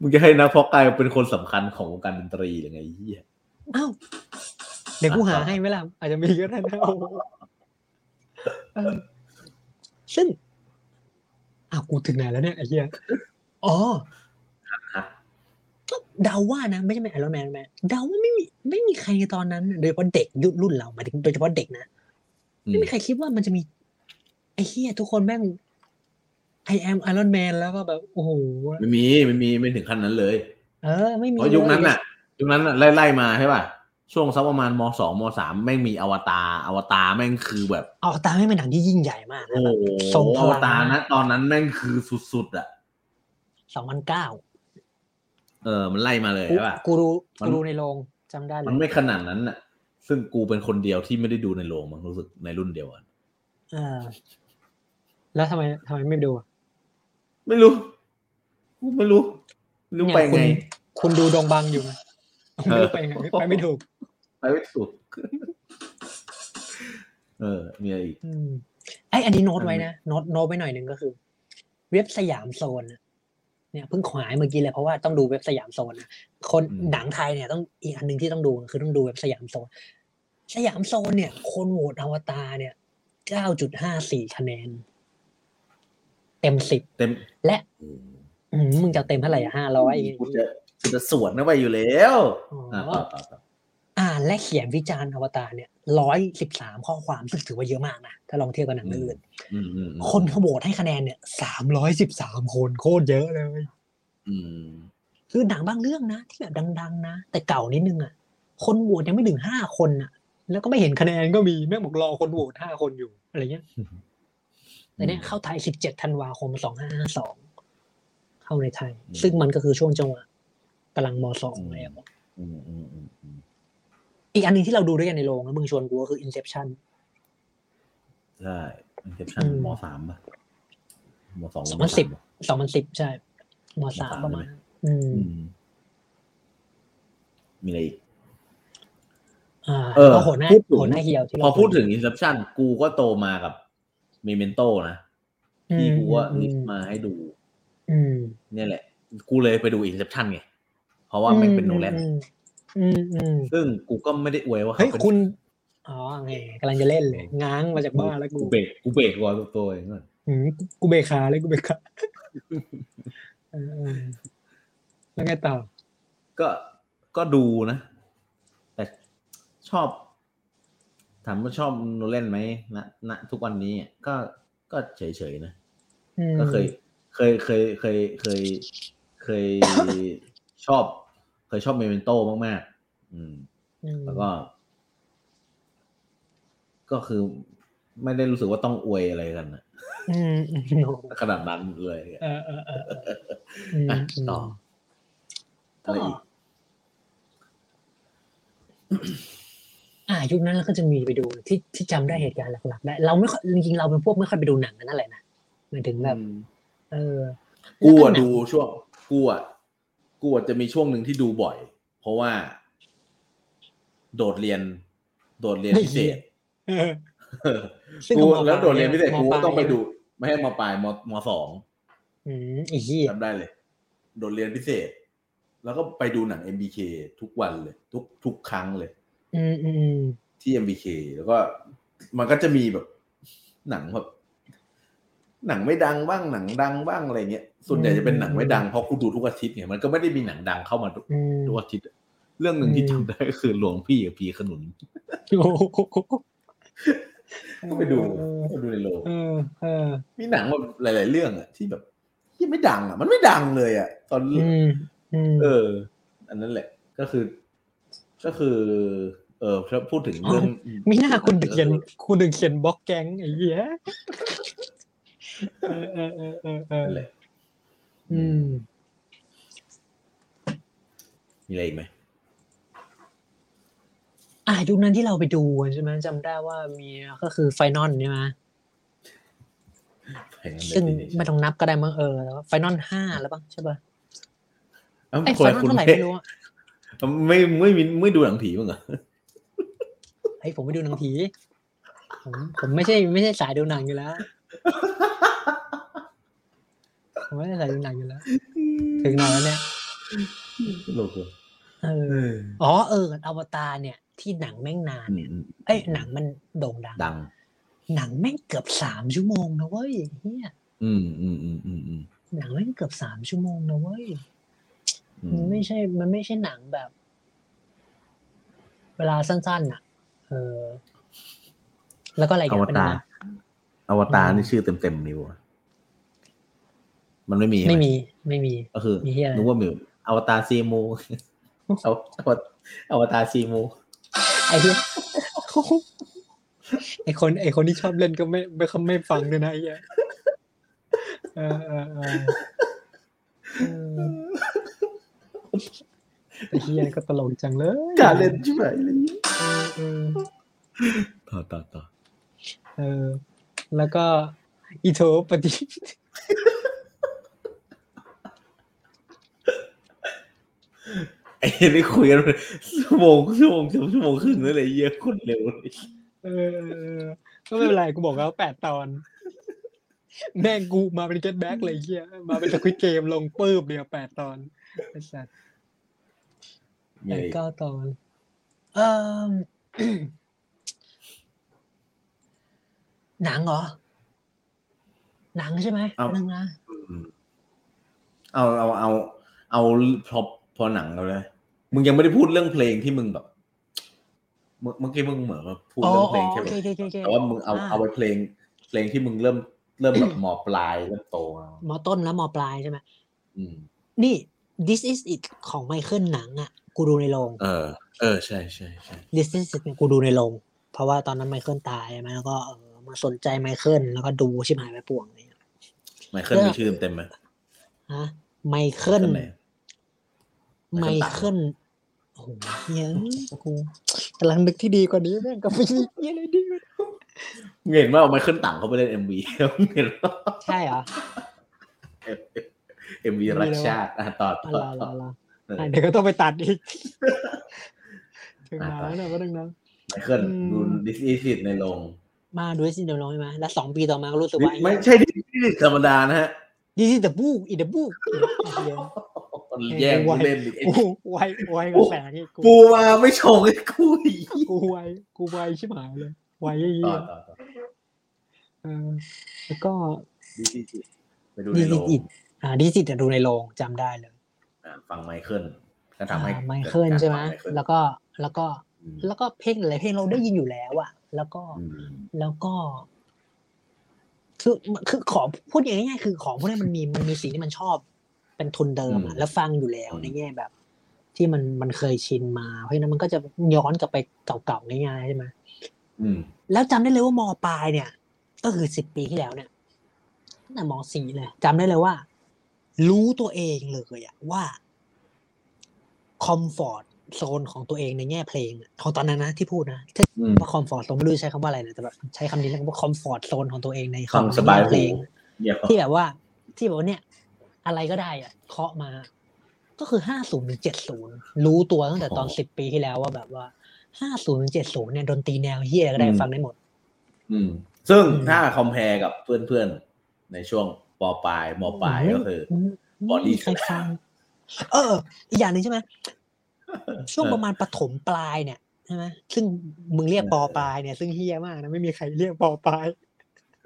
Speaker 2: มึงจะให้นักเพอกายเป็นคนสำคัญของวงการดนตรียังไงเหี้ย
Speaker 1: อ้าวเดี๋ยวกูหาให้ไหมล่ะอาจจะมีก็ได้นะโอ้โห เออซึ่งอ้าวกูถึงไหนแล้วเนี่ยไอ้เหี้ยอ๋อก็เดาว่านะ ไม่ใช่ไม่ไอรอนแมนแมนเดาว่าไม่มีไม่มีใครในตอนนั้นน่ะโดยเฉพาะเด็กยุครุ่นเราหมายถึงโดยเฉพาะเด็กนะ
Speaker 2: อืม
Speaker 1: ไม่มีใครคิดว่ามันจะมี ไอ้เหี้ยทุกคนแม่ง I am Iron Man แล้วก็แบบ โอ้โห
Speaker 2: ไม่มีไม่มีไม่ถึงขั้นนั้นเลย
Speaker 1: เออ ไม่มี
Speaker 2: เพราะยุคนั้นน่ะ ยุคนั้นน่ะไล่ไล่มาใช่ป่ะ ช่วงสักประมาณมสองมสามแม่งมีอวตารอวตารแม่งคือแบบ
Speaker 1: เอาตามให้เป็นหนังที่ยิ่งใหญ่มาก
Speaker 2: โอ้
Speaker 1: นะ
Speaker 2: โห
Speaker 1: ทรงพ
Speaker 2: อ
Speaker 1: ลัง
Speaker 2: วตารนะตอนนั้นแม่งคือสุดๆอ่ะ
Speaker 1: สองพันเก้า
Speaker 2: เออ มันไล่มาเลย
Speaker 1: กู
Speaker 2: ใช่ป่ะ
Speaker 1: กูรู้
Speaker 2: มัน
Speaker 1: กูรู้ในโรงจำได้เล
Speaker 2: มัน
Speaker 1: ย
Speaker 2: ไม่ขนาดนั้นน่ะ ซึ่งกูเป็นคนเดียวที่ไม่ได้ดูในโรงมันรู้สึกในรุ่นเดียวกัน
Speaker 1: เออ แล้วทำไมทำไมไม่ดูอะ
Speaker 2: ไม่รู้ ไม่รู้ไม่รู้ไป
Speaker 1: คุณ
Speaker 2: ไง
Speaker 1: คุณดูดงบังอยู่ไหม
Speaker 2: เอ
Speaker 1: ไม่
Speaker 2: อ
Speaker 1: รู้ไปไงไปไม่ถูก
Speaker 2: ไปไม่ถูก เออ มีอะไรอีก
Speaker 1: อืมไอยอันนี้โน้ตไว้นะโน้ตโน้ตไว้หน่อยหนึ่งก็คือ เว็บสยามโซนน่ะเนี่ยเพิ่งขวายเมื่อกี้เลยเพราะว่าต้องดูเว็บสยามโซนนะคน
Speaker 2: อืม
Speaker 1: หนังไทยเนี่ยต้องอีกอันหนึ่งที่ต้องดูคือต้องดูเว็บสยามโซน สยามโซนเนี่ย คนโหวตอวตารเนี่ยเก้าจุดห้าสี่คะแนน เต็มสิบ
Speaker 2: เต็ม
Speaker 1: และอืมมึงจะเต็มเท่าไหร่ห้าร้อย
Speaker 2: กูจะกูจะสวนเข้าไปอยู่แล้ว
Speaker 1: อ๋ออ่
Speaker 2: ะต่อต่อต่อ
Speaker 1: อ่านและเขียนวิจารณ์อวตารเนี่ยร้อยสิบสามข้อความซึ่งถือว่าเยอะมากนะ ถ้าลองเทียบกับหนังเรื่องอื่น
Speaker 2: อืมอืมอืม
Speaker 1: คนเขาโหวตให้คะแนนเนี่ยสามร้อยสิบสามคนโคตรเยอะเลย
Speaker 2: อืม
Speaker 1: คือหนังบางเรื่องนะ ที่แบบดัง ๆ นะ แต่เก่านิดนึงอ่ะ คนโหวตยังไม่ถึงห้าคนอ่ะ แล้วก็ไม่เห็นคะแนนก็มีแม่งบอกรอคนโหวตห้าคนอยู่อะไรเงี้ยแต่เนี่ยเข้าไทยสิบเจ็ดธันวาคมสองห้าห้าสองเข้าในไทย ซึ่งมันก็คือช่วงจังหวะกำลังมสองแล้ว
Speaker 2: อืมอืมอืมอืม
Speaker 1: อีกอันหนึงที่เราดูด้วยกันในโรงแล้วมึงชวนกูก็คือ Inception
Speaker 2: ใช่เซปชั่น
Speaker 1: อืม
Speaker 2: มสามป่ะมสอง
Speaker 1: สองพันสิบ
Speaker 2: มามป่ะ
Speaker 1: สองพันสิบใช่มสามประมาณนั้นอืม
Speaker 2: อืม มีอะไรอีก
Speaker 1: อ่า
Speaker 2: เออ
Speaker 1: ก็โหดหน้า
Speaker 2: พูดถึง
Speaker 1: โหดหน้าเหี่ยวที่
Speaker 2: พอ
Speaker 1: เรา
Speaker 2: พูดถึง Inception กูก็โตมากับ มีเมนโตนะที่กูว่าลิสต์มาให้ดู
Speaker 1: อืม
Speaker 2: เนี่ยแหละ กูเลยไปดูอินเซ t ชันไง เพราะว่ามันเป็นโนแลน
Speaker 1: อืมอืมอืม
Speaker 2: ซึ่งกูก็ไม่ได้อวยว่า
Speaker 1: เฮ้ย
Speaker 2: เป็น
Speaker 1: คุณอ๋อไงกำลังจะเล่นเลย ง้างมาจากบ้านแล้วกู
Speaker 2: กูเบรกกูเบรกก่อนตัวเองก่อน
Speaker 1: หืมกูเบรกขาเลยกูเบรกขาเออเออแล้วไงต่อ
Speaker 2: ก็ก็ดูนะ แต่ชอบ ถามว่าชอบโนแลนไหมนะนะทุกวันนี้อะก็ก็เฉยๆนะ
Speaker 1: อืม
Speaker 2: ก็เคยเคยเคยเคยเคยเคย ชอบ เคยชอบเมเมนโตมากๆ อืม
Speaker 1: อืม
Speaker 2: แล้วก็ ก็คือไม่ได้รู้สึกว่าต้องอวยอะไรกันนะ
Speaker 1: อืมอืม
Speaker 2: ขนาดนั้นเลย
Speaker 1: เออเออเออเอออืม
Speaker 2: อ่ะ
Speaker 1: ม
Speaker 2: ต่ออะไรอีก
Speaker 1: อ่ายุคนั้นเราก็จะมีไปดูที่ที่จำได้เหตุการณ์หลักๆได้เราไม่ค่อยจริงๆเราเป็นพวกไม่ค่อยไปดูหนังกันนั่นแหละนะหมายถึงแบบ
Speaker 2: อืม
Speaker 1: เออ
Speaker 2: กู
Speaker 1: แล้ว
Speaker 2: อะ
Speaker 1: หนัง
Speaker 2: ดูช่วงกูอะกูอะจะมีช่วงหนึ่งที่ดูบ่อย เพราะว่า โดดเรียน โดดเรียนพิเศษ
Speaker 1: เออ ซึ่ง
Speaker 2: กู
Speaker 1: มปลาย
Speaker 2: แล้วโดดเรียนพิเศษกู
Speaker 1: มปลาย
Speaker 2: ต้องไปดู ไม่ให้มาปลายมมสอง
Speaker 1: อืมไอีกที่
Speaker 2: จำได้เลย โดดเรียนพิเศษ แล้วก็ไปดูหนัง MBK ทุกวันเลย ทุกทุกครั้งเลย
Speaker 1: อืมอืมอืม
Speaker 2: ที่ MBK แล้วก็มันก็จะมีแบบ หนังแบบหนังไม่ดังบ้างหนังดังบ้างอะไรเงี้ยส่วนใหญ่จะเป็นหนังไม่ดังเพราะกูดูทุกอาทิตย์ไงมันก็ไม่ได้มีหนังดังเข้ามาทุก
Speaker 1: อืม
Speaker 2: ทุกอาทิตย์อะเรื่องหนึ่งที่
Speaker 1: อืม
Speaker 2: จำได้ ก็คือหลวงพี่กับพีขนุน
Speaker 1: โอ้โห
Speaker 2: ก็ไปดู
Speaker 1: เออ
Speaker 2: ก็ดูในโรง
Speaker 1: เออเออ
Speaker 2: มีหนังแบบหลาย ๆ เรื่องอะที่แบบยังไม่ดังอะมันไม่ดังเลยอะตอน
Speaker 1: อืมอืม
Speaker 2: เออ อันนั้นแหละ ก็คือ ก็คือ เออถ้าพูดถึงเรื่อง
Speaker 1: ไม่น่าคุณถึงเขียนคุณถึงเขียนบล็อกแก๊งไอ้เหี้ยเออเออเออเออเออ
Speaker 2: นั่นแหละ
Speaker 1: อืม
Speaker 2: มีอะไรอีกไหม
Speaker 1: อ่ะยุคนั้นที่เราไปดูใช่ไหมจำได้ว่ามีก็คือไฟนอลใช่ไหม
Speaker 2: ไปนั่นเลย
Speaker 1: ซึ่ง
Speaker 2: ที่นี่
Speaker 1: ไม่ต้องนับก็ได้มั้งเออแล้วไฟนอลห้าแล้วป่ะใช่ป่ะ
Speaker 2: เอ้า
Speaker 1: ไอ้
Speaker 2: คน
Speaker 1: ไฟ
Speaker 2: ละ
Speaker 1: นอล
Speaker 2: คุณ
Speaker 1: เท่าไหร่
Speaker 2: เ
Speaker 1: ไม่รู้อะ
Speaker 2: ไม่ไม่ไม่ไม่ดูหนังผีมั้างเหรอ
Speaker 1: เฮ้ยผมไปดูหนังผีผมผมไม่ใช่ไม่ใช่สายดูหนังอยู่แล้วผมไม่ใช่สายดูหนังอยู่แล้ว ถึงไหนแล้วเนี่ย
Speaker 2: โลกเลย
Speaker 1: เออ
Speaker 2: เออ
Speaker 1: อ๋อเอออวตารเนี่ย ที่หนังแม่งนานเนี่ยเอ้ยหนังมันโด่งดัง
Speaker 2: ดัง
Speaker 1: หนังแม่งเกือบสามชั่วโมงนะเว้ยเฮีย
Speaker 2: อืมอืมอืมอืมอืม
Speaker 1: หนังแม่งเกือบสามชั่วโมงนะเว้ย
Speaker 2: อื
Speaker 1: มันไม่ใช่ มันไม่ใช่หนังแบบ เวลาสั้นๆน่ะ เออ แล้วก็อะไร
Speaker 2: อ
Speaker 1: กัน
Speaker 2: ว
Speaker 1: เป็น
Speaker 2: ตา
Speaker 1: ไง
Speaker 2: ร
Speaker 1: นะ
Speaker 2: อวตารนี่ชื่อเต็มเต็มๆนิวอะมันไม่มีใช่ห
Speaker 1: ไม่มี ไม่มี
Speaker 2: ก็คือ
Speaker 1: มีเหี้ยอะไร
Speaker 2: นึกว่ามีอวตารซี มูเอาเอาอวตารซีมู
Speaker 1: ไอ้ที่ ไอคนไอคนที่ชอบเล่นก็ไม่ไม่เขาไม่ฟังด้วยนะไอ้เหี้ยเออเออเออเออไอ้เฮียก็ตลกจังเลย
Speaker 2: การเล่นใช่ไหมอะไรเงี้ย
Speaker 1: เออ
Speaker 2: ต่อต่อต่อ
Speaker 1: เออ แล้วก็อีโทปฏิ
Speaker 2: ไอ้เหี้ยนี่คุยกันชั่วโมงชั่วโมงชั่วโมงครึ่งนั่นเลยเหี้ยอะคนเร็วเลย
Speaker 1: เออเออก็ไม่เป็นไรกูบอกแล้วแปดตอน แม่งกูมาเป็นเก็ตแบ็กเลยไอ้เฮียมาเป็นสควิตเกมลงปื้บเดียวแปดตอนไอ้สัตว์
Speaker 2: มีอะไรอีก
Speaker 1: เก้าตอน เอ่ม หนังเหรอ หนังใช่ไหมหนังนะ
Speaker 2: เอาเอาเอาเอาพอพอหนังเราเลยมึงยังไม่ได้พูดเรื่องเพลงที่มึงแบบเมื่อเมื่อกี้มึงเหมือนว่าพูด
Speaker 1: อ๋อ
Speaker 2: เรื่องเพล
Speaker 1: อ๋องโอ
Speaker 2: ใช่ไหม
Speaker 1: เคโอเคโอเค
Speaker 2: แต่ว่ามึงเอาเอาไปเพลง เพลงที่มึงเริ่มเริ่มแบบมอปลายเริ่มโตแล้ว
Speaker 1: มอต้นแล้วมอปลายใช่ไหม
Speaker 2: อืม
Speaker 1: นี่ this is it ของไมเคิลหนังอ่ะ กูดูในโรง
Speaker 2: เออ เออใช่ใช่ใช่
Speaker 1: ดิส i ซเนี่ยกูดูในโรงเพราะว่าตอนนั้นไมเคิลตายใช่ไหมแล้วก็เออมาสนใจไมเคิลแล้วก็ดูชิบหายไปป่วงเลย
Speaker 2: ไมเคิล
Speaker 1: เลิก
Speaker 2: มีชื่อเต็มไหม
Speaker 1: ฮะไมเคิล
Speaker 2: ไหน
Speaker 1: ไม
Speaker 2: Michael
Speaker 1: เคิลโอ้โหเฮียกูกำลังนึกที่ดีกว่านี้แม่งก็ไม่มีเฮียอะไรดีกว่านี้
Speaker 2: มึงเห็นว่าไมเคิลต่างเขาไปเล่นเอ็มวีเห็นว่า
Speaker 1: ใช่เหรอ
Speaker 2: เอ็มวีรักชาติอ่ะต่อต่
Speaker 1: อะ
Speaker 2: อ
Speaker 1: ไร
Speaker 2: ต่อ
Speaker 1: อะไร
Speaker 2: เออ
Speaker 1: เดี๋ยวก็ต้องไปตัดอี กถึงมาแล้วเนี่ยว่าดังนั้น
Speaker 2: ไมเคิล
Speaker 1: อืม
Speaker 2: ดูดิสอีสิตในโรง
Speaker 1: มาดูซินเดมลงใช่ไหมแล้วสองปีต่อมาก็รู้สึกว่า
Speaker 2: ไม่ใช่ที่ธรรมดานะฮะ
Speaker 1: ดีที่แต่บู๊อีเดบู๊
Speaker 2: แย่งผู้เล่น อีกไอ้
Speaker 1: กูไวไวกับแสงนี่กู
Speaker 2: ปูมาไม่ชงไอ้กูอีก
Speaker 1: กูไวกูไวชิบหายเลยไวเยี่
Speaker 2: ต่อย ต่อต่อ
Speaker 1: เออแล้วก็
Speaker 2: ดีดีดีไปดู
Speaker 1: ดี
Speaker 2: ในโร
Speaker 1: จิต
Speaker 2: ง
Speaker 1: อิดอ่าดีจิตเนี่ยดูในโรงจำได้เลย
Speaker 2: อ่ะฟังไมเคิลก็
Speaker 1: อ่า
Speaker 2: ทำให้
Speaker 1: ไมเคิลใช่ไหม
Speaker 2: แล้
Speaker 1: แล้ว วก็แล้วก็ แล้วก็เพลงหลายๆเพลงเราได้ยินอยู่แล้วอะแล้วก็แล้วก็ คือคือของพูดอย่างง่ายๆคือของพวกนี้มันมีมันมีสิ่งที่มันชอบ เป็นทุนเดิมอะแล้วฟังอยู่แล้วในแง่แบบ ที่มันมันเคยชินมา เพราะฉะนั้นมันก็จะย้อนกลับไปเก่าๆง่ายๆใช่ไหม
Speaker 2: อืม
Speaker 1: แล้วจำได้เลยว่ามปลายเนี่ย ก็คือสิบปีที่แล้วเนี่ยตั้งแต่มสี่เลยจำได้เลยว่า รู้ตัวเองเลยอะว่าคอมฟอร์ตโซนของตัวเองในแง่เพลงอะของตอนนั้นนะที่พูดนะ
Speaker 2: อืม
Speaker 1: ว่าคอมฟอร์ตโซนไม่รู้จะใช้คำว่าอะไรนะแต่แบบใช้คำนี้แล้วกันว่าคอมฟอร์ตโซนของตัวเองใน
Speaker 2: ความสบาย
Speaker 1: เพลง
Speaker 2: หู เนี่ย
Speaker 1: ที่แบบว่า ที่แบบว่าเนี่ย อะไรก็ได้อะเคาะมา ก็คือห้าศูนย์ถึงเจ็ดศูนย์รู้ตัวตั้งแต่ตอนสิบปีที่แล้วว่าแบบว่าห้าศูนย์ถึงเจ็ดศูนย์เนี่ยดนตรีแนวเฮียอะไรก็ได้ฟังได้หมด
Speaker 2: อืม ซึ่ง
Speaker 1: อืม
Speaker 2: ถ้าคอมเพลกับเพื่อนๆ ในช่วงปปลายมปลายก็คือ
Speaker 1: ม
Speaker 2: บอดี้
Speaker 1: ไม่มีใครฟัง เออ อีกอย่างหนึ่งใช่ไหมช่วงประมาณปฐมปลายเนี่ยใช่ไหมซึ่งมึงเรียกปอปลายเนี่ยซึ่งเฮี้ยมากนะไม่มีใครเรียกปอปลาย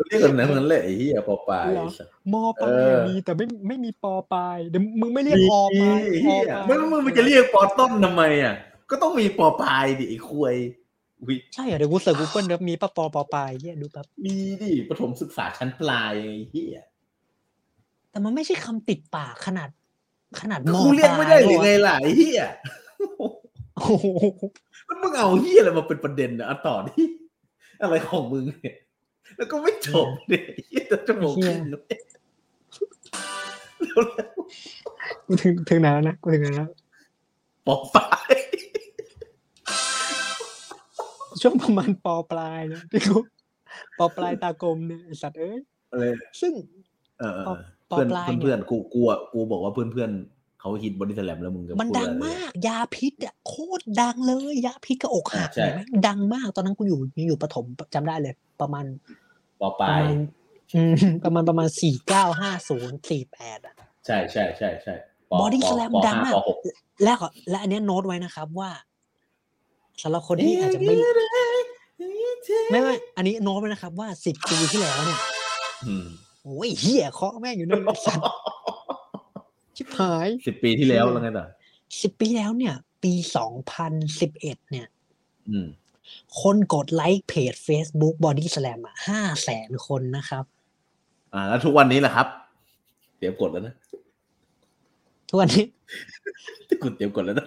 Speaker 2: เรียกกันนั้นมันเลยไอ้เหี้ยปปลาย
Speaker 1: เหรอ มอปลา
Speaker 2: เอย อ
Speaker 1: มีแต่ไม่ไม่มีปอปลายเดี๋ยวมึงไม่เรียกอปลาย
Speaker 2: ไอ้
Speaker 1: อ
Speaker 2: เหี้ย
Speaker 1: ปลาย
Speaker 2: ไม่รู้มันจะเรียกปอต้นทำไมอ่ะ ก็ต้องมีปอปลายดิไอ้ควยอุ๊ย
Speaker 1: ใช่เหรอเดี๋ยวกูเสิร์ชกูเกิลเดี๋ยวมีปะปอปอปลายเนี่ยดูแป๊บ
Speaker 2: มีดิปฐมศึกษาชั้นปลายไอ้เหี้ย
Speaker 1: แต่มันไม่ใช่คำติดปากขนาด ขนาดมอ
Speaker 2: กูเรียกไม่ได้หรือ
Speaker 1: ป
Speaker 2: ไง
Speaker 1: ลา
Speaker 2: ล่ะไอ้เหี้ย
Speaker 1: โอ้โห
Speaker 2: มันมึงเอาเหี้ยอะไรมาเป็นประเด็นนะเอาต่อที่อะไรของมึงเนี่ยแล้วก็ไม่จบเนี่ยไอ้เหี้ยจะจบครึ่งแล้วเนี่ยแล้ว
Speaker 1: กูถึงถึงไหนแล้วนะกูถึงไหนแล้ว
Speaker 2: ปอกปลาย
Speaker 1: ช่วงประมาณปอปลายนะ ที่กูปอปลายตากลมเนี่ยไอ้สัตว์เอ้ย
Speaker 2: อะไร
Speaker 1: ซึ่ง
Speaker 2: เออเออ
Speaker 1: ปอก
Speaker 2: เพื่อน
Speaker 1: ปลายเนี่ย
Speaker 2: เพื่อนๆกูกูอะกูบอกว่าเพื่อนเพื่อนๆเขาฮิตบอดี้สแลมแล้วมึงก็
Speaker 1: มัน
Speaker 2: พู
Speaker 1: ดัง
Speaker 2: อะไร
Speaker 1: มาก ยาพิษอะโคตรดังเลย ยาพิษก็อกหัก
Speaker 2: ใช่
Speaker 1: เห็นไหมดังมากตอนนั้นกูอยู่ยังอยู่ปฐมจำได้เลย ประมาณ
Speaker 2: ปอกป
Speaker 1: ป
Speaker 2: ลา
Speaker 1: ระ
Speaker 2: ย
Speaker 1: มาณอืม ประมาณประมาณสี่เก้าห้าศูนย์สี่แปดอะ
Speaker 2: ใช่ใช่ใช่ใช่ปก
Speaker 1: Body
Speaker 2: ปก
Speaker 1: Slam
Speaker 2: ป
Speaker 1: ดังมาก
Speaker 2: ปห
Speaker 1: และขอและอันเนี้ยโน้ตไว้นะครับว่าสำหรับคนที่อาจจะไม่ไม่ไม่อันนี้โน้ตไว้นะครับว่าสิบปีที่แล้วเนี่ย
Speaker 2: อืม
Speaker 1: โอ้ยเฮียเคาะแม่งอยู่นั่นสัต ว์ชิบหาย
Speaker 2: สิบปีที่แล้วแล้วไงต่อ
Speaker 1: สิบปีแล้วเนี่ย ปีสองพันสิบเอ็ดเนี่ย
Speaker 2: อืม
Speaker 1: คนกดไลค์เพจ Facebook Body Slam อ่ะห้าแสนคนนะครับ
Speaker 2: อ่า แล้วทุกวันนี้แหละครับ เตรียมกดแล้วนะ
Speaker 1: ทุกวันนี้
Speaker 2: กูเตรียมกดแล้วนะ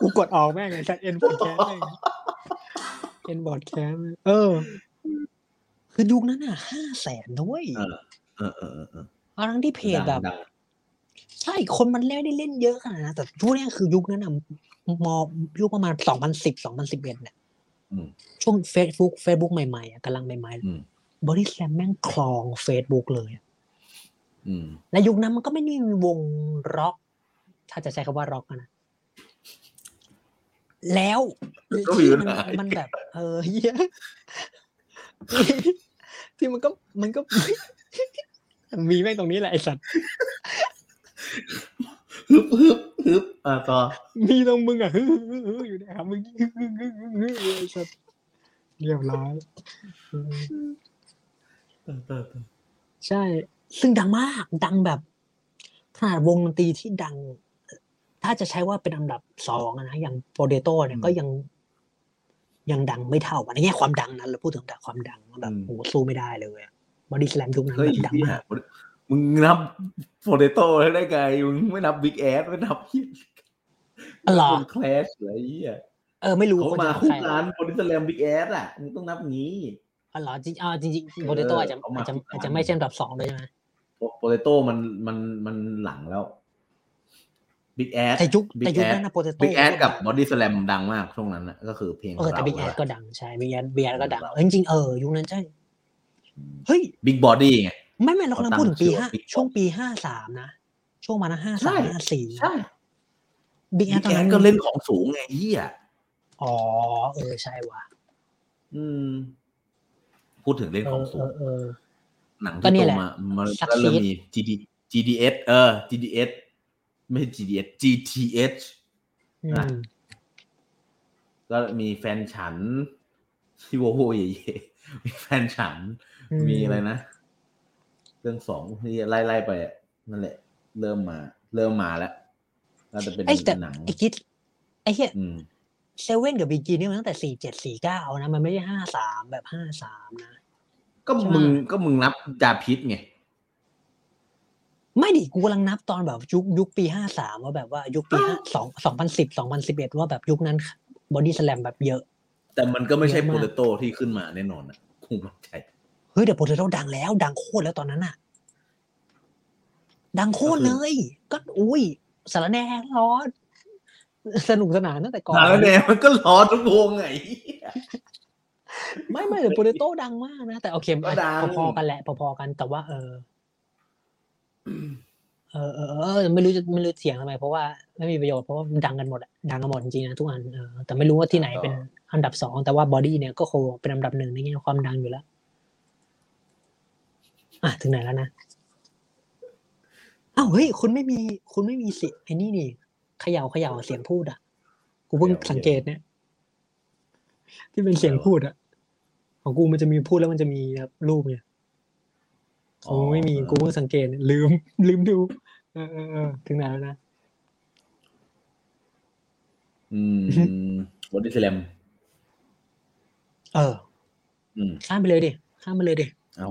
Speaker 1: กูกดออกแม่งเลยแต่เอ็นบอดแคสแม่งเอ็นบอดแคสเออ คือยุคนั้นอ่ะห้าแสนด้วย
Speaker 2: เออเออเออเออ
Speaker 1: เอาทั้งที่เพจแบบ
Speaker 2: ดัง
Speaker 1: ใช่ คนมันเล่นได้เล่นเยอะขนาดนั้นแต่ช่วงเนี้ยคือยุคนั้นอ่ะมอยุคประมาณสองพันสิบสองพันสิบเอ็ดเนี่ย
Speaker 2: ๆอืม
Speaker 1: ช่วง Facebook Facebook ใหม่ๆอ่ะกำลังใหม่
Speaker 2: อืม
Speaker 1: ๆบอดี้แ a มแม่งคลอง Facebook เลยอะ
Speaker 2: อืม
Speaker 1: และยุคนั้นมันก็ไม่ได้มีวงร็อก ถ้าจะใช้คำว่าร็อกนะ แล้ว
Speaker 2: ก็มี
Speaker 1: ที่
Speaker 2: ปั
Speaker 1: มั
Speaker 2: ญ
Speaker 1: น
Speaker 2: หา
Speaker 1: มันแบบ เออเหี้ยที่มันก็มันก็ มีแม่งตรงนี้แหละไอสัตว์
Speaker 2: ฮึบฮึบฮึบอ่าต่อ
Speaker 1: มีตรงมึงอ่ะ ฮึ่ยฮึ่ยฮึ่ยอยู่เนะครับมึงฮึ่ยฮึ่ยฮึ่ยฮึ่ยฮึ่ยเลยไอ้สัสเรียบร้อยเออ
Speaker 2: ต่อต่อต่อ
Speaker 1: ใช่ ซึ่งดังมาก ดังแบบขนาดวงดนตรีที่ดัง ถ้าจะใช้ว่าเป็นอันดับสองอะนะอย่างโปเดโตเนี่ยก็ยัง ยังดังไม่เท่าอันนี้แง่ความดังนะเราพูดถึงแต่ความดังว่าแบบโอ้โหสู้ไม่ได้เลยบอดี้สแลมยุคนั้น
Speaker 2: เฮ้ย
Speaker 1: แบบดัง
Speaker 2: พี่
Speaker 1: มาก
Speaker 2: มึงนับโฟเดโต้ได้ไงมึงไม่นับบิ๊กแอดไม่นับ
Speaker 1: อ๋อเหรอ
Speaker 2: คลชหรือไอ้เหี้ย
Speaker 1: เออ ไม่รู้
Speaker 2: เขา
Speaker 1: น
Speaker 2: มา
Speaker 1: จะ
Speaker 2: คู่
Speaker 1: ใร
Speaker 2: ร้านบริสแลมบิ๊กแอสอ่ะมึงต้องนับงี้
Speaker 1: อ๋อเหรอจริงอ๋อจริงๆโปเดโตอาจจะ
Speaker 2: เออเขามา
Speaker 1: อาจจะ
Speaker 2: คู่ร้าน
Speaker 1: อาจจะไม่ใช่อันดับสองเลยใช่ไหม
Speaker 2: โปเตโต้มันมันมันหลังแล้วบิ๊กแอส
Speaker 1: แต่ยุค
Speaker 2: บิ๊
Speaker 1: แต่
Speaker 2: ก
Speaker 1: ยุ
Speaker 2: แอ
Speaker 1: ค
Speaker 2: ส
Speaker 1: นั้นนะโปเดโต
Speaker 2: บิ๊กแอสกับบอดี้สแลมดังมากช่วงนั้นน่ะก็คือเพลงข
Speaker 1: เอ
Speaker 2: อ
Speaker 1: อ
Speaker 2: ง
Speaker 1: แต่
Speaker 2: เรา
Speaker 1: บิ๊กแอดก็ดังใช่บิ๊กแอดบิ๊กแอดก็ดังเออจริงๆเออยุคนั้นใช่เฮ้ย
Speaker 2: บิ๊กบอดี้ไง
Speaker 1: ไม่ไม่เรากำลังพูดถึงปีห้า
Speaker 2: เขาตั้งชื่อว่า Big
Speaker 1: ช่วงปีห้าสามนะ ช่วงมานะห้า
Speaker 2: ใช่
Speaker 1: สามห้าสี่
Speaker 2: ใช่
Speaker 1: บิ๊กแอ
Speaker 2: บิ๊
Speaker 1: ด
Speaker 2: ก
Speaker 1: ตอน
Speaker 2: แอ
Speaker 1: นั้
Speaker 2: ส
Speaker 1: น
Speaker 2: ก็เล่นของสูงไงเหี้ย
Speaker 1: อ๋อเออใช่ว่ะ
Speaker 2: อืม พูดถึงเรื่องของสูง
Speaker 1: เออ
Speaker 2: หนัง
Speaker 1: ก็
Speaker 2: ที่
Speaker 1: เนี่
Speaker 2: โต
Speaker 1: ยแหละ
Speaker 2: มามัน
Speaker 1: Succeed
Speaker 2: ก็เริ่มมี GD GDS เออ GDS ไม่ใช่ GDS GTH
Speaker 1: อืม
Speaker 2: ก็มีแฟนฉันที่โวโวเย่ๆมีแฟนฉัน มีอะไรนะ เรื่องสองที่ไล่ไล่ไปอะนั่นแหละ เริ่มมา เริ่มมาแล้วน่าจะเป็น
Speaker 1: ไอ้ยแต่
Speaker 2: หนัง
Speaker 1: ไอ้คิดไอ้เหี้ย
Speaker 2: อืม
Speaker 1: เซเว่นกับบีจีนี่ยมันตั้งแต่สี่เจ็ดสี่เก้านะมันไม่ใช่ห้าสามแบบห้าสามนะ
Speaker 2: ก็
Speaker 1: ใช่
Speaker 2: มึงก็มึงนับยาพิษไง
Speaker 1: ไม่ดิกูกำลังนับตอนแบบยุคยุคปีห้าสามว่าแบบว่ายุคปีห้าสองสองพันสิบสองพันสิบเอ็ดว่าแบบยุคนั้นบอดี้สแลมแบบเยอะ
Speaker 2: แต่มันก็ไม่ใช่
Speaker 1: เยอะ
Speaker 2: โป
Speaker 1: มาก
Speaker 2: เตโตที่ขึ้นมาแน่นอนนะกูมั่นใจ
Speaker 1: เฮ้ยเดี๋ยวโปเตโต้ดังแล้ว ดังโคตรแล้วตอนนั้นอะดังโคตรเลย ก็อุ้ยสารแหน่ร้อน สนุกสนานตั้งแต่ก่อน
Speaker 2: นานแล้วเนี่ยมันก็ร้อนทุกวงไง
Speaker 1: ไม่ไม่แต่โปเตโต้ดังมากนะ แต่โอเค
Speaker 2: ก็ดัง
Speaker 1: พอๆกันแหละพอๆกัน แต่ว่า เออเออเออเออไม่รู้จะไม่รู้เสียงทำไม เพราะว่าไม่มีประโยชน์เพราะว่ามันดังกันหมดอะดังกันหมดจริงๆนะทุกอันเออแต่ไม่รู้ว่าที่ไหนเป็นอันดับสองแต่ว่าบอดี้เนี่ยก็คงเป็นอันดับหนึ่งในแง่ความดังอยู่แล้วอ่ะถึงไหนแล้วนะอ้าวเฮ้ยคุณไม่มี คุณไม่มีเสิไอ้นี่นี่เขย่าเขย่าเสียงพูดอ่ะกูเพิ่งสังเกตเนี่ย ที่เป็นเสียงพูดอ่ะ ของกูมันจะมีพูดแล้วมันจะมีครับรูปเนี่ยโอ้ไม่มีกูเพิ่งสังเกตเนี่ยลืม ลืมดูเออเออเออถึงไหนแล้วนะ
Speaker 2: อืมวอดี้สแลม
Speaker 1: เออ
Speaker 2: อืม
Speaker 1: ข้ามไปเลยดิข้ามมาเลยดิ
Speaker 2: เอา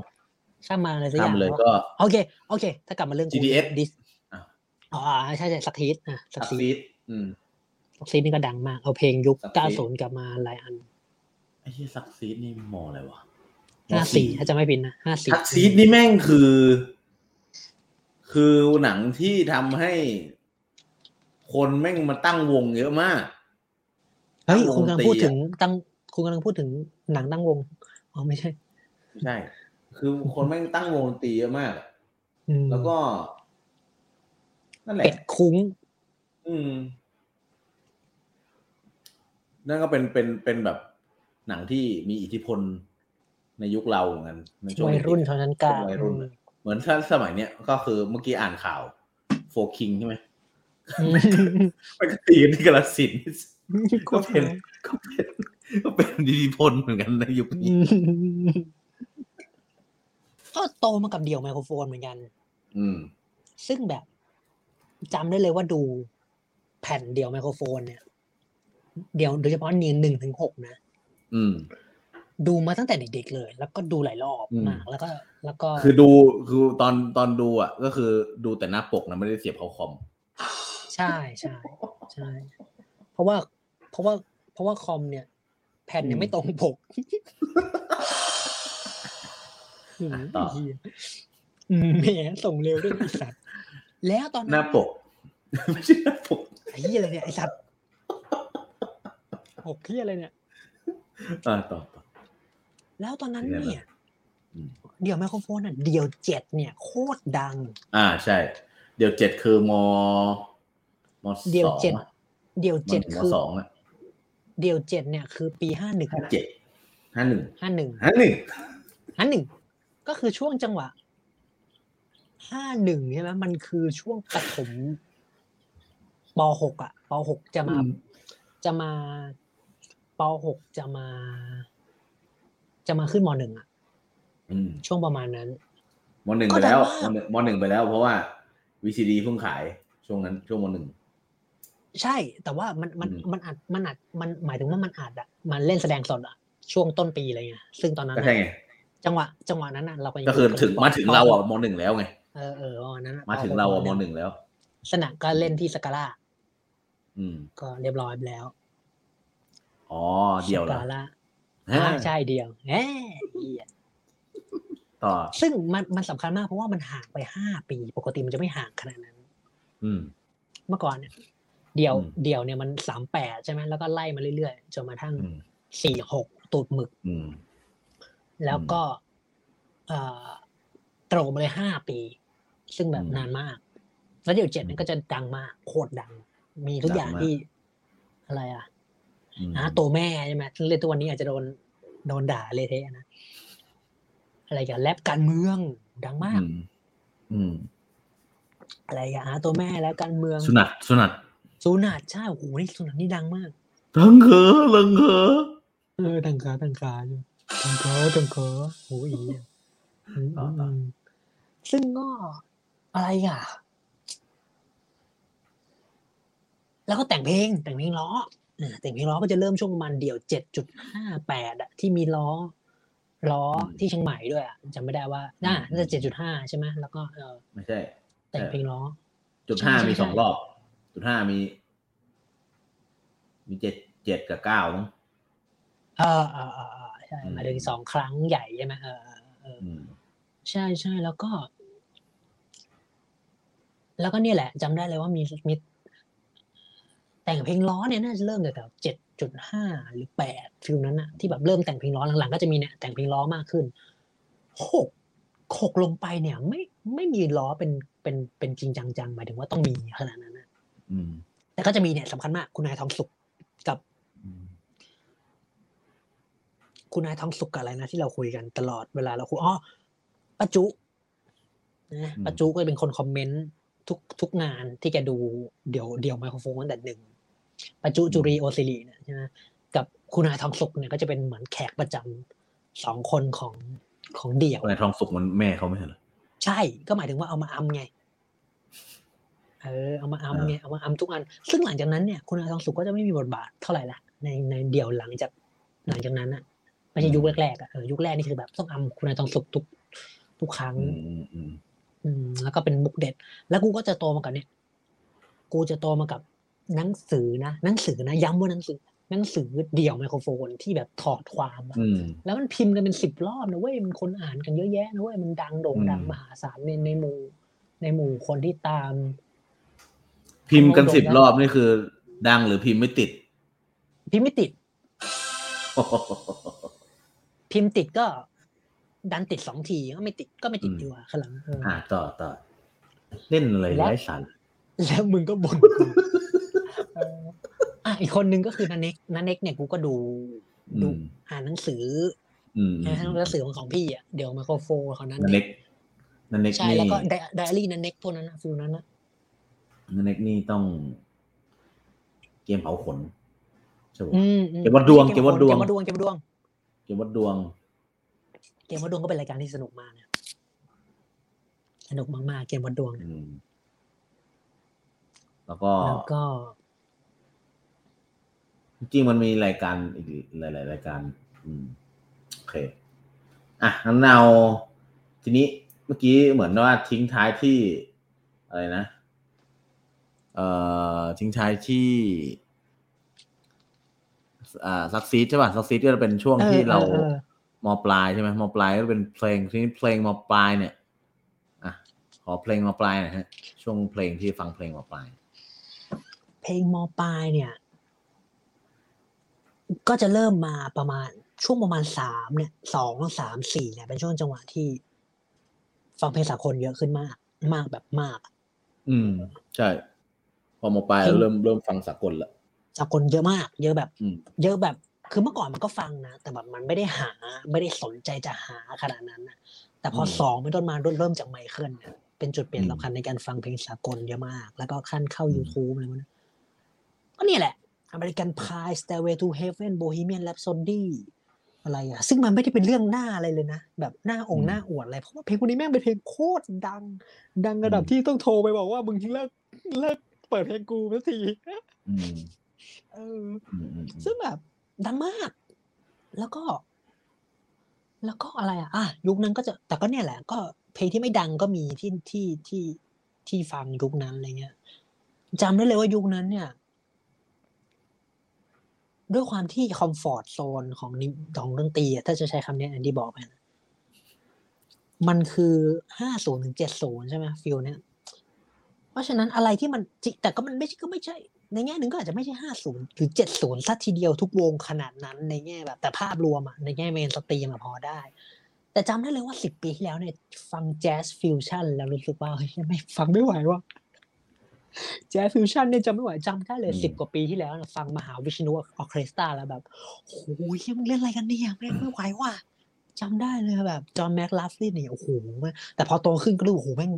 Speaker 1: ข้ามมาอะไรสักอ
Speaker 2: ข้าม
Speaker 1: ย่าง
Speaker 2: เลย
Speaker 1: แล้ว
Speaker 2: ก็
Speaker 1: โอเค โอเค ถ้ากลับมาเรื่อง
Speaker 2: GDS
Speaker 1: ดิส
Speaker 2: อ่ะ
Speaker 1: อ๋อใช่ใช่สักทีสอ่ะสั
Speaker 2: สั
Speaker 1: ก
Speaker 2: ก
Speaker 1: ที
Speaker 2: ซีดอืม
Speaker 1: สักทีสนี่ก็ดังมาก เอาเพลงยุค
Speaker 2: Succeed
Speaker 1: 90 กลับมาหลายอัน
Speaker 2: ไอ้ที่สักซีดนี่มออะไรวะ
Speaker 1: 54 ถ้าจะไม่ผิดนะ 54
Speaker 2: สักซีดนี่แม่งคือ คือหนังที่ทำให้ คนแม่งมาตั้งวงเยอะมาก
Speaker 1: เฮ้ยคุณกำลังพูด
Speaker 2: วงตี
Speaker 1: ถึงตั้งคุณกำลังพูดถึงหนังตั้งวงอ๋อไม่ใช่
Speaker 2: ไม่ใช่ คือคนแม่งตั้งวงดนตรีเยอะมาก
Speaker 1: อืม
Speaker 2: แล้วก็ นั่นแห
Speaker 1: เป็
Speaker 2: ละ
Speaker 1: ดคุ้ง
Speaker 2: อืม นั่นก็เป็นเป็นเป็นแบบหนังที่มีอิทธิพลในยุคเราเหมือนกันในช่วง
Speaker 1: วัย
Speaker 2: เด็กๆ
Speaker 1: รุ่นเท่านั้นกลาง
Speaker 2: วัยรุ่นน่ะ เหมือนถ้าสมัยเนี้ยก็คือเมื่อกี้อ่านข่าวโฟคิงใช่ไหม
Speaker 1: อืม
Speaker 2: มันก็ตีกันที่กระสินธุ์ ก็เป็น
Speaker 1: โคตรหา
Speaker 2: ก็เป็นก็เป็นอิทธิพลเหมือนกันในยุคนี้
Speaker 1: ก็โตมากับเดี่ยวไมโครโฟนเหมือนกัน
Speaker 2: อืม
Speaker 1: ซึ่งแบบจำได้เลยว่าดูแผ่นเดี่ยวไมโครโฟนเนี่ย เดี่ยวโดยเฉพาะเนี่ยหนึ่งถึงหกนะ
Speaker 2: อืม
Speaker 1: ดูมาตั้งแต่เด็กๆเลย แล้วก็ดูหลายรอบ
Speaker 2: อืม
Speaker 1: มาก แล้วก็ แล้วก็
Speaker 2: คือดูคือตอนตอนดูอ่ะ ก็คือดูแต่หน้าปกนะไม่ได้เสียบเขาคอม
Speaker 1: ใช่ใช่ใช่ เพราะว่า เพราะว่า เพราะว่าคอมเนี่ย แผ่นเนี่
Speaker 2: อื
Speaker 1: ย
Speaker 2: ม
Speaker 1: ไม่ตรงปก
Speaker 2: อ่ะต่อ
Speaker 1: มอืมแหมส่งเร็วด้วยนะไอ้สัตว์แล้วตอน
Speaker 2: ห
Speaker 1: นั้
Speaker 2: น้าน ปก ไม่ใช่หน้าปก
Speaker 1: ไอ้เหี้ยอะไรเนี่ยไอ้สัตว์หกเหี้ยอะไรเนี่ย
Speaker 2: อ่าต่อต่อ
Speaker 1: แล้วตอนนั้น
Speaker 2: เป็นไง
Speaker 1: เนี่ย
Speaker 2: บ้างอืม
Speaker 1: เดี่ยวไมโครโฟนอ่ะเดี่ยวเจ็ดเนี่ย โคตรดัง
Speaker 2: อ่าใช่ เดี๋ยวเจ็ดคือมมส
Speaker 1: เดี่ยว
Speaker 2: อง
Speaker 1: เจ็ด
Speaker 2: อะ
Speaker 1: เดี่ยว
Speaker 2: มั
Speaker 1: เจ็
Speaker 2: น
Speaker 1: ด
Speaker 2: ถึงม
Speaker 1: คือ
Speaker 2: สองอ่ะ
Speaker 1: เดี่ยวเจ็ดเนี่ยคือปีห้าหนึ่ง
Speaker 2: ห้าเจ็ดห้าหนึ่ง
Speaker 1: ห้าหนึ่ง
Speaker 2: ห้าหนึ่ง
Speaker 1: ห้าหนึ่งก็คือช่วงจังหวะห้าหนึ่งใช่ไหมมันคือช่วงปฐมปหกอ่ะปหกจะมา จะมาปหกจะมา จะมาขึ้นมหนึ่งอ่ะ
Speaker 2: อืม
Speaker 1: ช่วงประมาณนั้น
Speaker 2: มหนึ่งไปแล้วมหนึ่งมหนึ่งไปแล้ว เพราะว่า VCD เพิ่งขายช่วงนั้นช่วงมหนึ่ง
Speaker 1: ใช่ แต่ว่ามันมัน
Speaker 2: อืม
Speaker 1: มันอัดมันอัดมันหมายถึงว่ามันอัดอะมันเล่นแสดงสดอะช่วงต้นปีอะไรเงี้ยซึ่งตอนนั้น
Speaker 2: ก็
Speaker 1: อะ
Speaker 2: ใช่ไง
Speaker 1: จังหวะ จังหวะนั้นอะเราก็ยัง
Speaker 2: ก็คือถึงมาถึงเราอ่ะ
Speaker 1: ป
Speaker 2: มหนึ่งแล้วไง
Speaker 1: เออเออประมาณนั้นอะ
Speaker 2: มาถึงเราอ่ะม
Speaker 1: ป
Speaker 2: หนึ่งแล้ว
Speaker 1: สนะก็เล่นที่สกาล่า
Speaker 2: อืม
Speaker 1: ก็เรียบร้อยไปแล้ว
Speaker 2: อ๋อเดียว
Speaker 1: ส
Speaker 2: แล้ว
Speaker 1: กาล่าอ่าใช่เดียวแหมเหี้ย
Speaker 2: ต่อ
Speaker 1: ซึ่งมันมันสำคัญมากเพราะว่ามันห่างไปห้าปี ปกติมันจะไม่ห่างขนาดนั้น
Speaker 2: อืม
Speaker 1: เมื่อก่อนเนี่ย เดี่ยว
Speaker 2: อืม
Speaker 1: เดี่ยวเนี่ยมันสามแปดใช่ไหมแล้วก็ไล่มาเรื่อยๆจนมาทั้ง
Speaker 2: อืม
Speaker 1: สี่หกตูดหมึก
Speaker 2: อืม
Speaker 1: แล้วก็เอ่อตรงมาเลยห้าปี ซึ่งแบบ
Speaker 2: อืม
Speaker 1: นานมาก แล้วเดี๋ยวเจ็ด
Speaker 2: อืม
Speaker 1: นั้นก็จะดังมากโคตรดัง มีทุก
Speaker 2: ดัง
Speaker 1: อย่าง
Speaker 2: มาก
Speaker 1: ที่อะไรอ่ะ
Speaker 2: อืม
Speaker 1: นะตัวแม่ใช่ไหมซึ่งเล่นตัวนี้อาจจะโดน โดนด่าเละเทะนะอะไรกับแรปการเมืองดังมาก
Speaker 2: อืมอืม
Speaker 1: อะไรกับอาตัวแม่แรปการเมือง
Speaker 2: สุนัตสุนัต
Speaker 1: สุนัตใช่โอ้โหนี่สุนัตนี่ดังมาก
Speaker 2: ทั้งเหอลังเหอ
Speaker 1: เออดังขาดังขาอยู่ดังขาดังขาโอ้ยอีอ่ะอืมอืมอืมซึ่งก็อะไรอ่ะ แล้วก็แต่งเพลง แต่งเพลงล้ออ่าแต่งเพลงล้อก็จะเริ่มช่วงประมาณเดี่ยวเจ็ดจุดห้าแปดอะที่มีล้อ ล้อที่เชียงใหม่ด้วยอะจำไม่ได้ว่าน่าน่าจะเจ็ดจุดห้าใช่ไหมแล้วก็เออ
Speaker 2: ไม่ใช่
Speaker 1: แต่งเพลงล้อ
Speaker 2: จุดห้า
Speaker 1: ใช่
Speaker 2: มีสอง
Speaker 1: ใช่
Speaker 2: รอบ จุดห้ามี มีเจ็ดเจ็ดกับเก้ามั้ง
Speaker 1: เออเออเออเออใช่มาถึงสองครั้งใหญ่ใช่ไหมเออเออเออ
Speaker 2: อืม
Speaker 1: ใช่ใช่แล้วก็ แล้วก็เนี่ยแหละจำได้เลยว่ามีมีแต่งเพลงล้อเนี่ยน่าจะเริ่มจากแถวเจ็ดจุดห้าหรือแปดฟิลนั้นอะที่แบบเริ่มแต่งเพลงล้อหลังๆก็จะมีเนี่ยแต่งเพลงล้อมากขึ้นหกหกลงไปเนี่ย ไม่ไม่มีล้อเป็นเป็นเป็นจริงจังๆหมายถึงว่าต้องมีขนาดนั้นนะ
Speaker 2: อืม
Speaker 1: แต่ก็จะมีเนี่ยสำคัญมากคุณนายทองสุกกับ
Speaker 2: อืม
Speaker 1: คุณนายทองสุกกับอะไรนะที่เราคุยกันตลอดเวลาเราคุยอ๋อป้าจุนะป้าจุก็เป็นคนคอมเมนต์ทุกทุกงานที่แกดูเดี๋ยวเดี๋ยวไมโครโฟนตั้งแต่หนึ่งป้าจุจุรีโอซิลีเนี่ยใช่ไหมกับคุณนายทองสุกเนี่ยก็จะเป็นเหมือนแขกประจำสองคนของของเดี่ยว
Speaker 2: อะไรทองสุกมันแม่เขาไม่ใช่เหรอ
Speaker 1: ใช่ก็หมายถึงว่าเอามาอัมไง เออเอามาอัมไงเอามาอัมทุกอัน ซึ่งหลังจากนั้นเนี่ย คุณอาทองสุกก็จะไม่มีบทบาทเท่าไหร่ละในในเดี่ยวหลังจากหลังจากนั้นอะไม่ใช่ยุคแรกๆอะเออยุคแรกนี่คือแบบต้องอัมคุณอาทองสุกทุกทุกครั้ง
Speaker 2: อืมอืมอืม
Speaker 1: อืมแล้วก็เป็นบุกเด็ด แล้วกูก็จะโตมากับเนี่ย กูจะโตมากับหนังสือนะหนังสือนะย้ำว่าหนังสือหนังสือเดี่ยวไมโครโฟนที่แบบถอดความอะ
Speaker 2: อืม
Speaker 1: แล้วมันพิมพ์กันเป็นสิบรอบนะเว้ยมันคนอ่านกันเยอะแยะนะเว้ยมันดังโด่งดัง
Speaker 2: อืม
Speaker 1: มหาศาลในในหมู่ ในหมู่คนที่ตาม
Speaker 2: พิมพ์กัน
Speaker 1: ทองสุก
Speaker 2: สิบรอบนี่คือ ดังหรือพิมพ์ไม่ติด
Speaker 1: พิมพ์ไม่ติด พิมพ์ติดก็ ดันติดสองทีก็ไม่ติดก็ไม่ติด
Speaker 2: อืม
Speaker 1: ดีกว่าข้างหลังเอออ
Speaker 2: อ่าต่อต่อเล่นอะไรไร้สาระ
Speaker 1: แล้วมึงก็บ่นเอออ่ะอีกคนนึงก็คือนันเน็กนันเน็กเนี่ยกูก็ดู
Speaker 2: อืม
Speaker 1: อ่านหนังสือ
Speaker 2: อืม
Speaker 1: นะฮะหนังสือของของพี่อ่ะเดี๋ยวไมโครโฟนของนั้น
Speaker 2: นันเน็กนันเน็ก
Speaker 1: ใช่
Speaker 2: นี่
Speaker 1: แล้วก็ไดอารี่นันเน็กพวกนั้นนะฟิลนั้นนะ
Speaker 2: นันเน็กนี่ต้อง เกมเผาขนใช่ปะ
Speaker 1: อืมอืม
Speaker 2: เก็บวัดดวงเก็บวัดดวง
Speaker 1: เก็บวัดดวงเก็บวัดดวง
Speaker 2: เกมวัดดวง
Speaker 1: เกมวัดดวงก็เป็นรายการที่สนุกมากนะสนุกมากๆ เกมวัดดวงเนี่ย
Speaker 2: อืม แล้วก็
Speaker 1: แล้วก็
Speaker 2: จริงๆมันมีรายการอีกหลายๆรายการ อืมโอเค อ่ะงั้นเอาทีนี้เมื่อกี้เหมือนว่าทิ้งท้ายที่อะไรนะ เอ่อทิ้งท้ายที่ อ่าซักซีดใช่ป่ะซักซีดก็จะเป็นช่วง
Speaker 1: เออ
Speaker 2: ที่เรา
Speaker 1: เออเออ
Speaker 2: มอปลายใช่ไหมมอปลายก็เป็นเพลงทีนี้เพลงมอปลายเนี่ย อ่ะขอเพลงมอปลายหนะฮะ ช่วงเพลงที่ฟังเพลงมอปลาย
Speaker 1: เพลงมปลายเนี่ย ก็จะเริ่มมาประมาณช่วงประมาณสามเนี่ยสองสามสี่เนี่ย เป็นช่วงจังหวะที่ ฟังเพลงสากลเยอะขึ้นมาก มากแบบมาก
Speaker 2: อืม ใช่ พอมอปลาย
Speaker 1: เพลง
Speaker 2: เริ่มเริ่มฟังสากลละ
Speaker 1: สากลเยอะมาก เยอะแบบ
Speaker 2: อืม
Speaker 1: เยอะแบบ คือเมื่อก่อนมันก็ฟังนะ แต่แบบมันไม่ได้หา ไม่ได้สนใจจะหาขนาดนั้นนะแต่พออ
Speaker 2: ม
Speaker 1: สองเป็นต้นมาเริ่มเริ่มจากไมเคิลเนี่ยเป็นจุดเปลี่ยน
Speaker 2: อืม
Speaker 1: สำคัญในการฟังเพลงสากลเยอะมาก แล้วก็ขั้นเข้า
Speaker 2: อืม
Speaker 1: YouTube อะไรพวกนั้นก็เนี่ยแหละ American Pie Stairway to Heaven Bohemian Rhapsody อะไรอะซึ่งมันไม่ได้เป็นเรื่องหน้าอะไรเลยนะ แบบหน้าอง
Speaker 2: อื
Speaker 1: ค์
Speaker 2: ม
Speaker 1: หน้าอวดอะไร เพราะว่าเพลงพวกนี้แม่งเป็นเพลงโคตรดัง ดังระดับ
Speaker 2: อืม
Speaker 1: ที่ต้องโทรไปบอกว่ามึงเลิกเลิกเปิดเพลงกูสักที
Speaker 2: อืม
Speaker 1: เออ
Speaker 2: อืมอืม
Speaker 1: ซึ่งแบบดังมาก แล้วก็ แล้วก็อะไรอ่ะอ่ะยุคนั้นก็จะ แต่ก็เนี่ยแหละ ก็เพลงที่ไม่ดังก็มีที่ที่ที่ที่ฟังยุคนั้นอะไรเงี้ยจำได้เลยว่ายุคนั้นเนี่ย ด้วยความที่คอมฟอร์ตโซนของนิของดนตรีอะถ้าจะใช้คำเนี้ยอย่างที่บอกไปนะมันคือห้าศูนย์ถึงเจ็ดศูนย์ใช่ไหมฟิลเนี้ย เพราะฉะนั้นอะไรที่มันจิแต่ก็มันไม่ใช่ก็ไม่ใช่ ในแง่หนึ่งก็อาจจะไม่ใช่ห้าศูนย์หรือเจ็ดศูนย์ซะทีเดียวทุกวงขนาดนั้นในแง่แบบ แต่ภาพรวมอะในแง่เมนสตรีมอะพอได้ แต่จำได้เลยว่าสิบปีที่แล้วเนี่ย ฟังแจ๊สฟิวชั่นแล้วรู้สึกว่าเฮ้ยไม่ฟังไม่ไหวว่ะแจ จ๊สฟิวชั่นเนี่ยจำไม่ไหวจำได้เลย
Speaker 2: อืม
Speaker 1: สิบกว่าปีที่แล้วนะฟังมหาวิชนุออเคสตราแล้วแบบโอ้ยมึงเล่นอะไรกันเนี่ยแม่งไม่ไหวว่ะจำได้เลยแบบจอห์นแม็กลาฟลีเนี่ยโอ้โหแม่งแต่พอโตขึ้นก็รู้โอ้โหแม่ง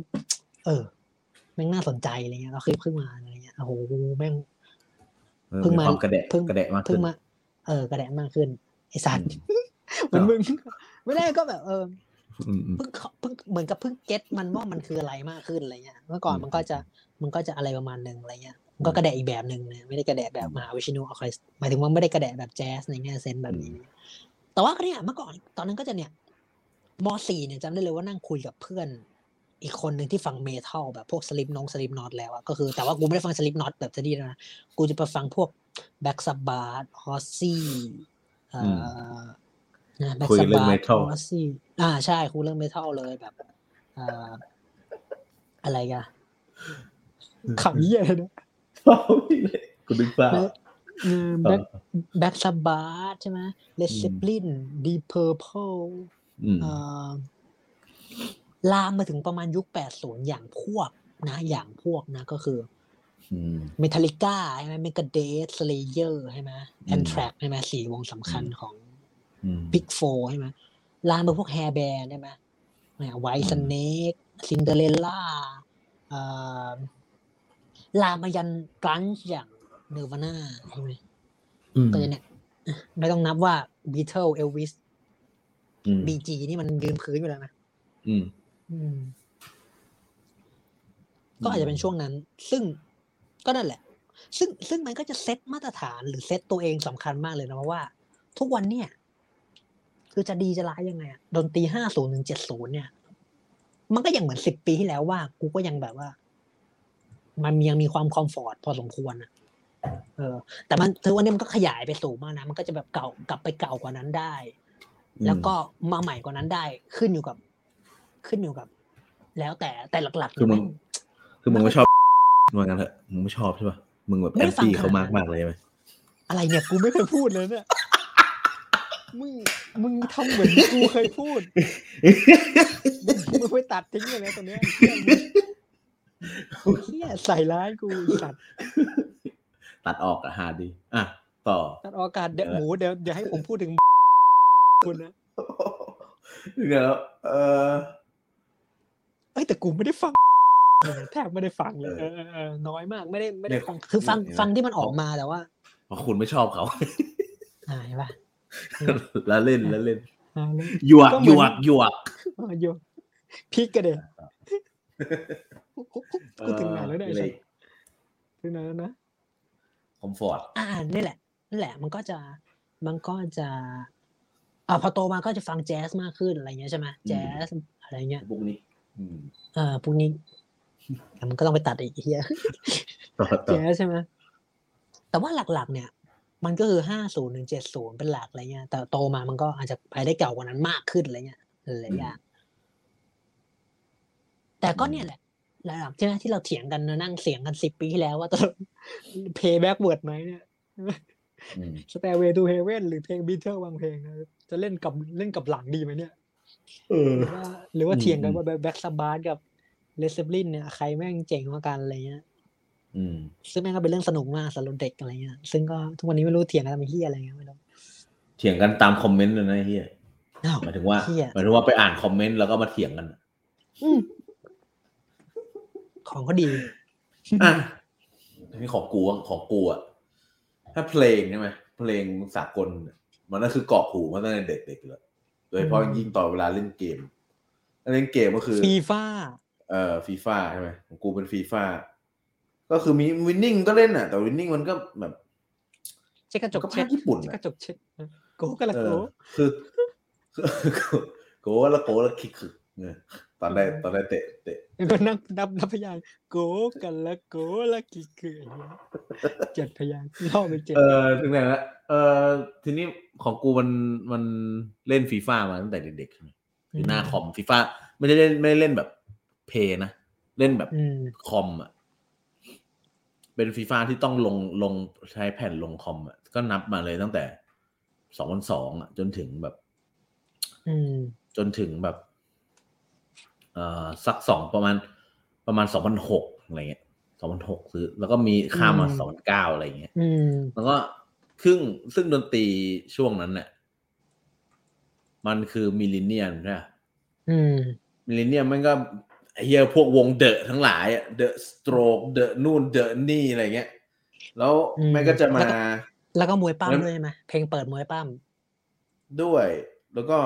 Speaker 1: เออแม่งน่าสนใจอะไรเงี้ยเราเคยเพิ่งมาอะไรเงี้ยโอ้โหแม่ง
Speaker 2: ออ
Speaker 1: เพิ่งมา
Speaker 2: ความกระแดะ
Speaker 1: เพิ่ง
Speaker 2: กระแดะมาก
Speaker 1: เพิ่
Speaker 2: ขึ้
Speaker 1: ง
Speaker 2: น
Speaker 1: มา เออกระแดะมากขึ้นไอสัตว์
Speaker 2: อืม
Speaker 1: เหมือน
Speaker 2: ก็
Speaker 1: มึง ไม่ได้ก็แบบเออ
Speaker 2: อืมอืม
Speaker 1: เพิ่งเข้าเพิ่งเหมือนกับเพิ่งเก็ตมันว่ามันคืออะไรมากขึ้นอะไรเงี้ยเมื่อก่อน
Speaker 2: อืม
Speaker 1: มันก็จะมันก็จะอะไรประมาณหนึ่งอะไรเงี้ยมันก็กระแดะอีกแบบหนึ่งนะไม่ได้กระแดะแบบมหาวิชนุออคริสหมายถึงว่าไม่ได้กระแดะแบบแจ๊สในแง่เซนส์แบบนี้ แต่ว่าก็เนี่ยเมื่อก่อนตอนนั้นก็จะเนี่ยมสี่เนี่ยจำได้เลยว่านั่งคุยกับเพื่อน อีกคนหนึ่งที่ฟังเมทัลแบบพวกสลิปนงสลิปน็อตแล้วอะก็คือแต่ว่ากูไม่ได้ฟังสลิปน็อตแบบจะดีนะ กูจะไปฟังพวกแบ็กซับบาร์ฮอสซี่เอ่ออนะแบ็ก
Speaker 2: คุย
Speaker 1: ซับ
Speaker 2: เรื่อ
Speaker 1: บา
Speaker 2: ง
Speaker 1: ร์
Speaker 2: metal
Speaker 1: ฮอสซี่อ่าใช่คุยเรื่องเมทัลเลยแบบเอ่ออะไรกันขำเยี่ยเลยนะ
Speaker 2: คุณดึกเปล่า
Speaker 1: แล้ว แบ็กแบ็กซับบาร์ใช่ไหมเลส
Speaker 2: อืม
Speaker 1: ซิปลินดีเพอร์เพล
Speaker 2: อืม
Speaker 1: เอ่อลามมาถึงประมาณยุค 80 อย่างพวกนะ อย่างพวกนะ ก็คือ
Speaker 2: อืม
Speaker 1: เมทัลิก้าใช่ไหมเมก d เดสสเลเยอร์ใช่ไหม
Speaker 2: อืม
Speaker 1: แอนทรักใช่ไหมสี่วงสำคัญของ
Speaker 2: อืม
Speaker 1: พิกโฟใช่ไหมลามมาพวกแฮร์แบร์ใช่ไหมไวสเนกซินเดอเรลล่าลามมายันกรันช์อย่างเนวาน่าใช่ไหม
Speaker 2: อืม
Speaker 1: ก็จะเนี่ยอ่ะไม่ต้องนับว่าบีเทิลเอลวิส
Speaker 2: อืม
Speaker 1: บีจีนี่มันยืนพื้นอยู่แล้วนะ
Speaker 2: อืม
Speaker 1: อืม ก็อาจจะเป็นช่วงนั้น ซึ่งก็นั่นแหละ ซึ่งซึ่งมันก็จะเซตมาตรฐานหรือเซตตัวเองสำคัญมากเลยนะเพราะว่า ทุกวันเนี่ย คือจะดีจะร้ายยังไงอะดนตรีห้าศูนย์ถึงเจ็ดศูนย์เนี่ย มันก็ยังเหมือนสิบปีที่แล้วว่า กูก็ยังแบบว่า มันยังมีความคอมฟอร์ตพอสมควรอะเออ แต่มันถือวันนี้มันก็ขยายไปสูงมากนะ มันก็จะแบบเก่ากลับไปเก่ากว่านั้นได้
Speaker 2: อืม
Speaker 1: แล้วก็มาใหม่กว่านั้นได้ขึ้นอยู่กับ ขึ้นอยู่กับ แล้วแต่แต่หลักๆ
Speaker 2: คือมึง
Speaker 1: แง
Speaker 2: คือมึงไม่ชอบว่างั้นเถอะมึงไม่ชอบใช่ป่ะมึงแบบ
Speaker 1: ไม่
Speaker 2: แอ
Speaker 1: ได้
Speaker 2: น
Speaker 1: ฟัง
Speaker 2: ตี้
Speaker 1: ขนาดนั้น
Speaker 2: เขามากมากๆเลยใช่ไหม
Speaker 1: อะไรเนี่ยกูไม่เคยพูดเลยเนี่ย มึงมึงทำเหมือนกูเคยพูด มึงมึงไปตัดทิ้งเลยนะตอนเนี้ย เฮียใส่ร้ายกูตัด
Speaker 2: ตัดออกอะหาดี อ่ะ ต่อ
Speaker 1: ตัดออกอากาศเดี๋ยวหมูเดี๋ยวเดี๋ยวให้ผมพูดถึงคุณนะ
Speaker 2: เดี๋ยวเออ
Speaker 1: เอ้ยแต่กูไม่ได้ฟัง แทบไม่ได้ฟังเลยเออเออเออน้อยมากไม่ได้ไม่ได้ฟังคือฟังฟังที่มันออกมาแต่ว่า
Speaker 2: เพราะคุณไม่ชอบเขา
Speaker 1: อ่าเห็นปะ
Speaker 2: แล้วเล่นแล้วเล่น
Speaker 1: อ่าแล้ว
Speaker 2: หยวก
Speaker 1: ก็เหมื
Speaker 2: หย
Speaker 1: อน
Speaker 2: วกหยวก
Speaker 1: อ่าโยนพริกกันเด็กูถึงไหนแล้วเนี่ยไอ้สัสถึงไหนแล้วนะ
Speaker 2: คอมฟอร์ต
Speaker 1: อ่านี่แหละนั่นแหละ มันก็จะ มันก็จะอ่าพอโตมาก็จะฟังแจ๊สมากขึ้นอะไรเงี้ยใช่ไหมแจ๊สอะไรเงี้ย
Speaker 2: พวกนี้อืม
Speaker 1: เออพวกนี้แต่มันก็ต้องไปตัดอีกไอ้เฮีย
Speaker 2: ต่อต่อ
Speaker 1: แจ๊สใช่ไหมแต่ว่าหลักๆ เนี่ย มันก็คือห้าศูนย์ถึงเจ็ดศูนย์เป็นหลักอะไรเงี้ยแต่โตมามันก็อาจจะไปได้เก่ากว่านั้นมากขึ้นอะไรเงี้ยหลายอย่างแต่ก็เนี่ยแหละหลักๆใช่ไหมที่เราเถียงกันนะนั่งเสียงกันสิบปีที่แล้วว่าต อนเพย์แบ็กเวิร์ดไหมเนี่ย
Speaker 2: อืม
Speaker 1: ส t ต i r w a y to Heaven หรือเพลง Beatles บางเพลงนะจะเล่นกับเล่นกับหลังดีไหมเนี่ย
Speaker 2: เออ
Speaker 1: หรือว่าหรือว่า
Speaker 2: อืม
Speaker 1: เถียงกันว่าแบ็กสบาร์กับเลสเซ l ลินเนี่ยใครแม่งเจ๋งกว่ากันอะไรเงี้ย
Speaker 2: อืม
Speaker 1: ซึ่งแม่งก็เป็นเรื่องสนุกมากสำหรับเด็กอะไรเงี้ยซึ่งก็ทุกวันนี้ไม่รู้เถียงกันทำไมเฮียอะไรเงี้ยไม่รู้
Speaker 2: เถียงกันตามคอมเมนต์เลยนะไอ้เฮีย
Speaker 1: อ้าว
Speaker 2: หมายถึงว่า
Speaker 1: เหี้ย
Speaker 2: หมายถึงว่าไปอ่านคอมเมนต์แล้วก็มาเถียงกัน
Speaker 1: อืมของก็ดี
Speaker 2: อ่ะอันนี้ของกูบ้างของกูอ่ะ ถ้าเพลงใช่ไหมเพลงสากลเนี่ยมันก็คือกรอกหูมาตั้งแต่เด็กๆเลยโดยเฉพาะ
Speaker 1: อืม
Speaker 2: ยิ่งตอนเวลาเล่นเกมถ้าเล่นเกมก็คือ
Speaker 1: ฟีฟ่า
Speaker 2: เอ่อฟีฟ่าใช่ไหมของกูเป็นฟีฟ่าก็คือมีวินนิ่งก็เล่นอ่ะ แต่วินนิ่งมันก็แบบ
Speaker 1: เช็คกระจก
Speaker 2: ก็ภาค
Speaker 1: เช็ด
Speaker 2: ญี่ปุ่น
Speaker 1: เช็คก
Speaker 2: น่ะ
Speaker 1: ระจกเช็ดโกกะละ
Speaker 2: เอ
Speaker 1: โก
Speaker 2: อคือ คือโกว่าละโกว่าละคิกคือเออตอนได้
Speaker 1: อืม
Speaker 2: ตอนได้เตะเตะ
Speaker 1: แล้วก็นั่งนับนับพยางค์โกกะละโกละกี่คือไอ้เหี้ยเจ็ดพยางค์ล่อไปเจ็ด
Speaker 2: เออถึงไหนละเออทีนี้ของกูมันมันเล่นฟีฟ่ามาตั้งแต่เด็กๆใช่ไหม อยู่หน้าคอมฟีฟ่าไม่ได้เล่นไม่ได้เล่นแบบเพย์นะ เล่นแบบ
Speaker 1: อืม
Speaker 2: คอมอ่ะ เป็นฟีฟ่าที่ต้องลงลงใช้แผ่นลงคอมอ่ะก็นับมาเลยตั้งแต่สองพันสองอ่ะจนถึงแบบ
Speaker 1: อืม
Speaker 2: จนถึงแบบ เอ่อสักสองประมาณประมาณสองพันหกอะไรเงี้ย สองพันหกซื้อ แล้วก็มีข้ามมาสองพันเก้าอะไรอย่างเงี้ย
Speaker 1: อืม
Speaker 2: แล้วก็ครึ่งซึ่งดนตรีช่วงนั้นเนี่ยมันคือมิลเลนเนียมใช่ไหม
Speaker 1: อืม
Speaker 2: มิลเลนเนียมมันก็ไอ้เฮียพวกวงเดอะทั้งหลายเดอะสโตรกเดอะนู่นเดอะนี่อะไรเงี้ย แล้ว
Speaker 1: อืม
Speaker 2: มันก็จะมา
Speaker 1: แล้วก็ แล้วก็มวยปั้ม
Speaker 2: แล้ว
Speaker 1: ด้วยใช่ไหมเพลงเปิดมวยปั้ม
Speaker 2: ด้วย แล้วก็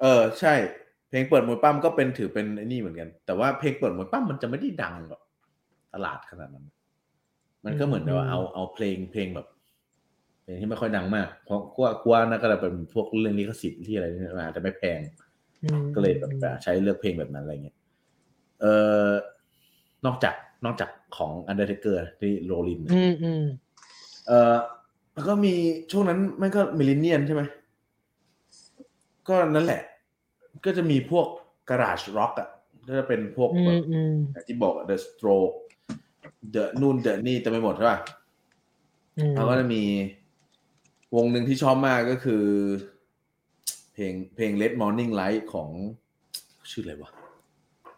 Speaker 2: เออใช่ เพลงเปิดมวยปั้มก็เป็นถือเป็นไอ้นี่เหมือนกัน แต่ว่าเพลงเปิดมวยปั้มมันจะไม่ได้ดังหรอกตลาดขนาดนั้น มันก็เหมือนแบบว่าเอาเอาเพลงเพลงแบบเพลงที่ไม่ค่อยดังมาก เพราะกลัวกลัวนะก็เลยเป็นพวกเรื่องลิขสิทธิ์ที่อะไรนี่มาแต่ไม่แพง
Speaker 1: อืม
Speaker 2: ก็เลยแบบใช้เลือกเพลงแบบนั้นอะไรเงี้ย เออนอกจากนอกจากของ Undertaker ที่โรลิน
Speaker 1: อืมอืม
Speaker 2: เออแล้วก็มีช่วงนั้นมันก็มิลเลนเนียนใช่ไหม ก็นั่นแหละ ก็จะมีพวกกราชร็อกอ่ะ ก็จะเป็นพวก
Speaker 1: อื
Speaker 2: แบ
Speaker 1: ม
Speaker 2: บ
Speaker 1: อืม
Speaker 2: อย่างที่บอกอะ The Stroke The นู่น The นี่เต็มไปหมดใช่ป่ะ
Speaker 1: อืม
Speaker 2: แล้วก็จะมีวงหนึ่งที่ชอบมากก็คือ เพลงเพลง Red Morning Light ของชื่ออะไรวะ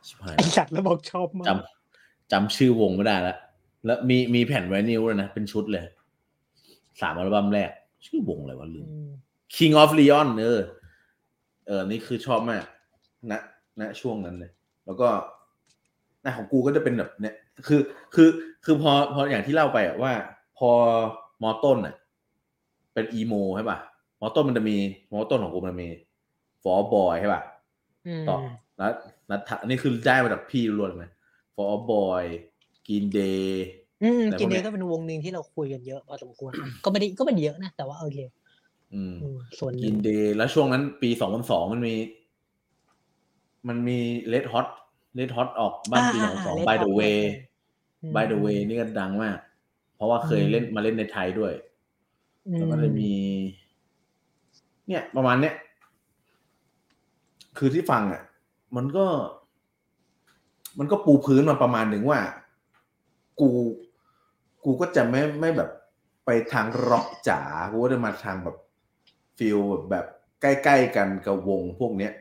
Speaker 2: ชิบหาย
Speaker 1: ไอ้
Speaker 2: ละ
Speaker 1: สัตว์แล้วบอกชอบมา
Speaker 2: จ
Speaker 1: ก
Speaker 2: ำจำชื่อวงไม่ได้แล้ว แล้วมีมีแผ่นไวนิลเลยนะ เป็นชุดเลย สามอัลบั้มแรก ชื่อวงอะไรวะลื
Speaker 1: อื
Speaker 2: ม
Speaker 1: ม
Speaker 2: King of Leon เออ เออ นี่คือชอบมากณณช่วงนั้นเลย แล้วก็หน้าของกูก็จะเป็นแบบเนี้ยคือ คือ คือพอ พออย่างที่เล่าไปอะว่า พอมอต้นอะเป็นอีโมใช่ป่ะ มอต้นมันจะมี มอต้นของกูมันจะมี ฟอบอยใช่ป่ะ
Speaker 1: อืม
Speaker 2: ต่อนัดนัดทะนี่คือได้มาจากพี่ล้วนไหมฟอบอยกินเดย์
Speaker 1: อืม
Speaker 2: แต่พวก
Speaker 1: กิน
Speaker 2: เนี้
Speaker 1: เด
Speaker 2: ย
Speaker 1: ย์ก็เป็นวงหนึ่งที่เราคุยกันเยอะพอสมควร ก็ไม่ได้ก็ไม่ได้เยอะนะ แต่ว่าโอเคอืมส่วนห
Speaker 2: กิ
Speaker 1: นึ่ง
Speaker 2: นเดย์แล้วช่วงนั้นปีสองพันสองมันมี มันมีเลดฮอตเลดฮอตออกบ้านปีสองสอง by the way by the way นี่ก็ดังมาก เพราะว่าเคยเล่นมาเล่นในไทยด้วย แล้วก็จะมี เนี่ย ประมาณเนี้ยคือที่ฟังอ่ะ มันก็ มันก็ปูพื้นมาประมาณหนึ่งว่า กู กูก็จะไม่ไม่แบบไปทางร็อกจ๋ากูก็จะมาทางแบบฟิลแบบแบบใกล้ๆกันกับวงพวกเนี้ย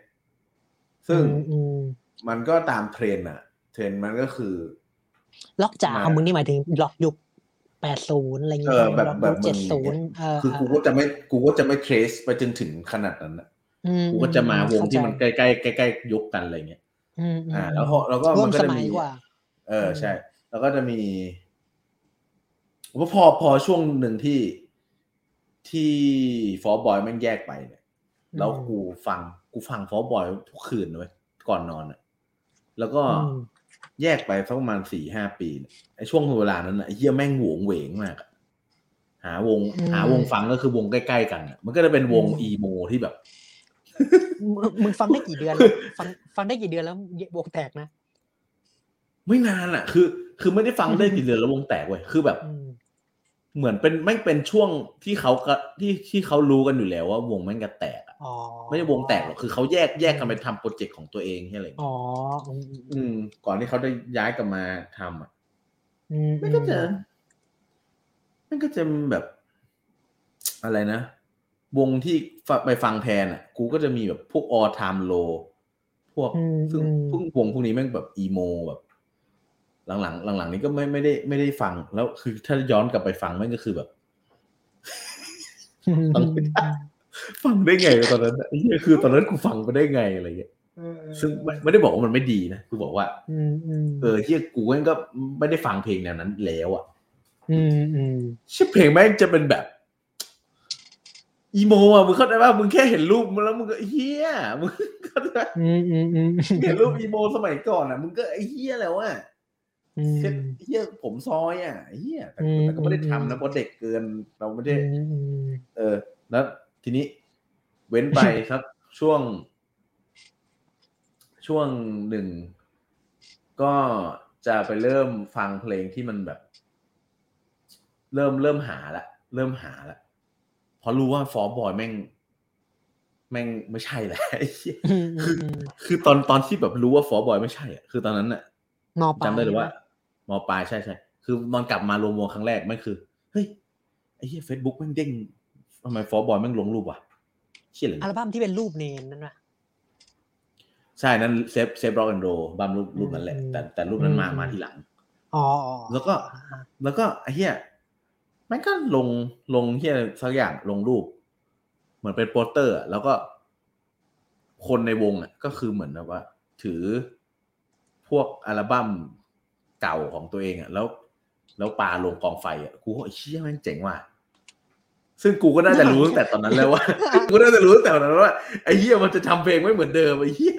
Speaker 2: ซึ่งมันก็ตามเทรนด์อ่ะ เทรนด์มันก็คือ
Speaker 1: ล็อกจ๋า
Speaker 2: มา
Speaker 1: เอามึงนี่หมายถึงล็อกยุคแปดศูนย์อะไรเงี้ย
Speaker 2: เออแบบ
Speaker 1: ล็อก
Speaker 2: แบ
Speaker 1: ยุค
Speaker 2: บมึง
Speaker 1: เจ็ดศูนย์เออ
Speaker 2: คือกูก็จะไม่ กูก็จะไม่เทรสไปจนถึงขนาดนั้นอะ
Speaker 1: อืม
Speaker 2: กูก็จะมาวงที่มัน
Speaker 1: เข้าใจ
Speaker 2: ใกล้ๆใกล้ๆยุคกันอะไรเงี้ย
Speaker 1: อืม
Speaker 2: อ่าแล้วก็แล้วก็
Speaker 1: ร่ว
Speaker 2: มั
Speaker 1: ม
Speaker 2: นก็
Speaker 1: ส
Speaker 2: จะ
Speaker 1: มัย
Speaker 2: มี
Speaker 1: กว่า
Speaker 2: เออ
Speaker 1: อืม
Speaker 2: ใช่ แล้วก็จะมีว่าพอพอช่วงหนึ่งที่ที่ฟอบอยมันแยกไปเนี่ยแล้วกูฟังกูฟังฟอบอยทุกคืนเลยก่อนนอนอ่ะแล้วก็
Speaker 1: อืม
Speaker 2: แยกไปสักประมาณสี่ห้าปีเนี่ยไอ้ช่วงเวลานั้นน่ะไอ้เหี้ยแม่งหวงเหวงมากอะหาวง
Speaker 1: อืม
Speaker 2: หาวงฟังก็คือวงใกล้ๆกันอะมันก็จะเป็นวง
Speaker 1: อืม
Speaker 2: อีโมที่แบบ
Speaker 1: มึงมึงฟังได้กี่เดือน ฟังฟังได้กี่เดือนแล้ววงแตกนะ
Speaker 2: ไม่นานอ่ะ คือ คือไม่ได้ฟังได้กี่เดือนแล้ววงแตกเว้ยคือแบบ
Speaker 1: อืม
Speaker 2: เหมือนเป็นไม่เป็นช่วงที่เขาก็ที่ที่เขารู้กันอยู่แล้วว่าวงแม่งจะแตกอะ
Speaker 1: อ๋อ
Speaker 2: ไม่ใช่วงแตกหรอกคือเขาแยกแยกกันไปทำโปรเจกต์ของตัวเองใช่อะไรอย่าง
Speaker 1: อ๋
Speaker 2: เงี้ย
Speaker 1: ออืม
Speaker 2: อืม ก่อนที่เขาได้ย้ายกลับมาทำอ่ะ
Speaker 1: อืม
Speaker 2: มันก็จะมันก็จะแบบ อะไรนะ วงที่ฟังไปฟังแทนอ่ะ กูก็จะมีแบบพวกออ i m มโลพวก
Speaker 1: อืม
Speaker 2: ซึ่ง
Speaker 1: อืม
Speaker 2: พวกวงพวกนี้แม่งแบบอีโมแบบ หลังๆหลังๆนี้ก็ไม่ไม่ได้ไม่ได้ฟัง แล้วคือถ้าย้อนกลับไปฟังแม่งก็คือแบบ หลัง ฟังได้ไงวะตอนนั้นไอ้เหี้ยคือตอนนั้นกูฟังไปได้ไงอะไรเงี้ย ซึ่งไม่ไม่ได้บอกว่ามันไม่ดีนะกูบอกว่า
Speaker 1: อืมอืม
Speaker 2: เออเฮียกูแม่งก็ไม่ได้ฟังเพลงแนวนั้นแล้วอ่ะ
Speaker 1: อืมอืม
Speaker 2: ชื่อเพลงแม่งจะเป็นแบบ อีโมอ่ะมึงเข้าใจป่ะมึงแค่เห็นรูปมันแล้วมึงก็เฮียมึงเข้าใจป่ะ
Speaker 1: อืมอืมอืม
Speaker 2: เห็นรูปอีโมสมัยก่อนอ่ะมึงก็ไอ้เฮียแล้วอ่ะ
Speaker 1: อืม
Speaker 2: เช็ดเฮียผมซอยอ่ะไอ้เฮียแต่
Speaker 1: อืม
Speaker 2: ก็แต่ก็ไม่ได้ทำนะเพราะเด็กเกินเราไม่ได้
Speaker 1: อืมอืม
Speaker 2: เออ แล้วทีนี้เว้นไป สัก ช่วง ช่วงหนึ่ง ก็จะไปเริ่มฟังเพลงที่มันแบบ เริ่มเริ่มหาละเริ่มหาละเพราะรู้ว่าฟอร์บอยแม่ง แม่งไม่ใช่แหละ
Speaker 1: อืมอืมอืม
Speaker 2: คือตอนตอนที่แบบรู้ว่าฟอร์บอยไม่ใช่อะคือตอนนั้นน่ะ
Speaker 1: มอปลาย
Speaker 2: จำได้เลยว่ามอปลายใช่ใช่คือตอนกลับมารวมวงครั้งแรกไม่คือ เฮ้ย ไอ้เหี้ยเฟซบุ๊กแม่งเด้งทำไมฟอร์บอยแม่งลงรูปวะเชี่ยอะไร
Speaker 1: อัล
Speaker 2: เนี่ย
Speaker 1: บั้มที่เป็นรูปเนมนั่นน่ะ
Speaker 2: ใช่นั้นเซฟเซฟร็อกแอนโรบัมรูปรูปนั้นแหละ แต่แต่รูปนั้นมา
Speaker 1: อืม
Speaker 2: มาทีหลัง
Speaker 1: อ๋อ
Speaker 2: แล้วก็ แล้วก็ไอ้เฮียมันก็ลงลงเฮียอะไรสักอย่างลงรูป เหมือนเป็นโปสเตอร์อะแล้วก็ คนในวงอ่ะก็คือเหมือนแบบว่า ถือพวกอัลบั้มเก่าของตัวเองอ่ะ แล้ว แล้วปาลงกองไฟอ่ะกูก็ไอ้เชี่ยแม่งเจ๋งว่ะซึ่งกูก็น่าจะรู้ตั้งแต่ตอนนั้นแล้วว่า กูน่าจะรู้ตั้งแต่ตอนนั้นว่าไอ้เหี้ยมันจะทำเพลงไม่เหมือนเดิมไอ้เหี้ย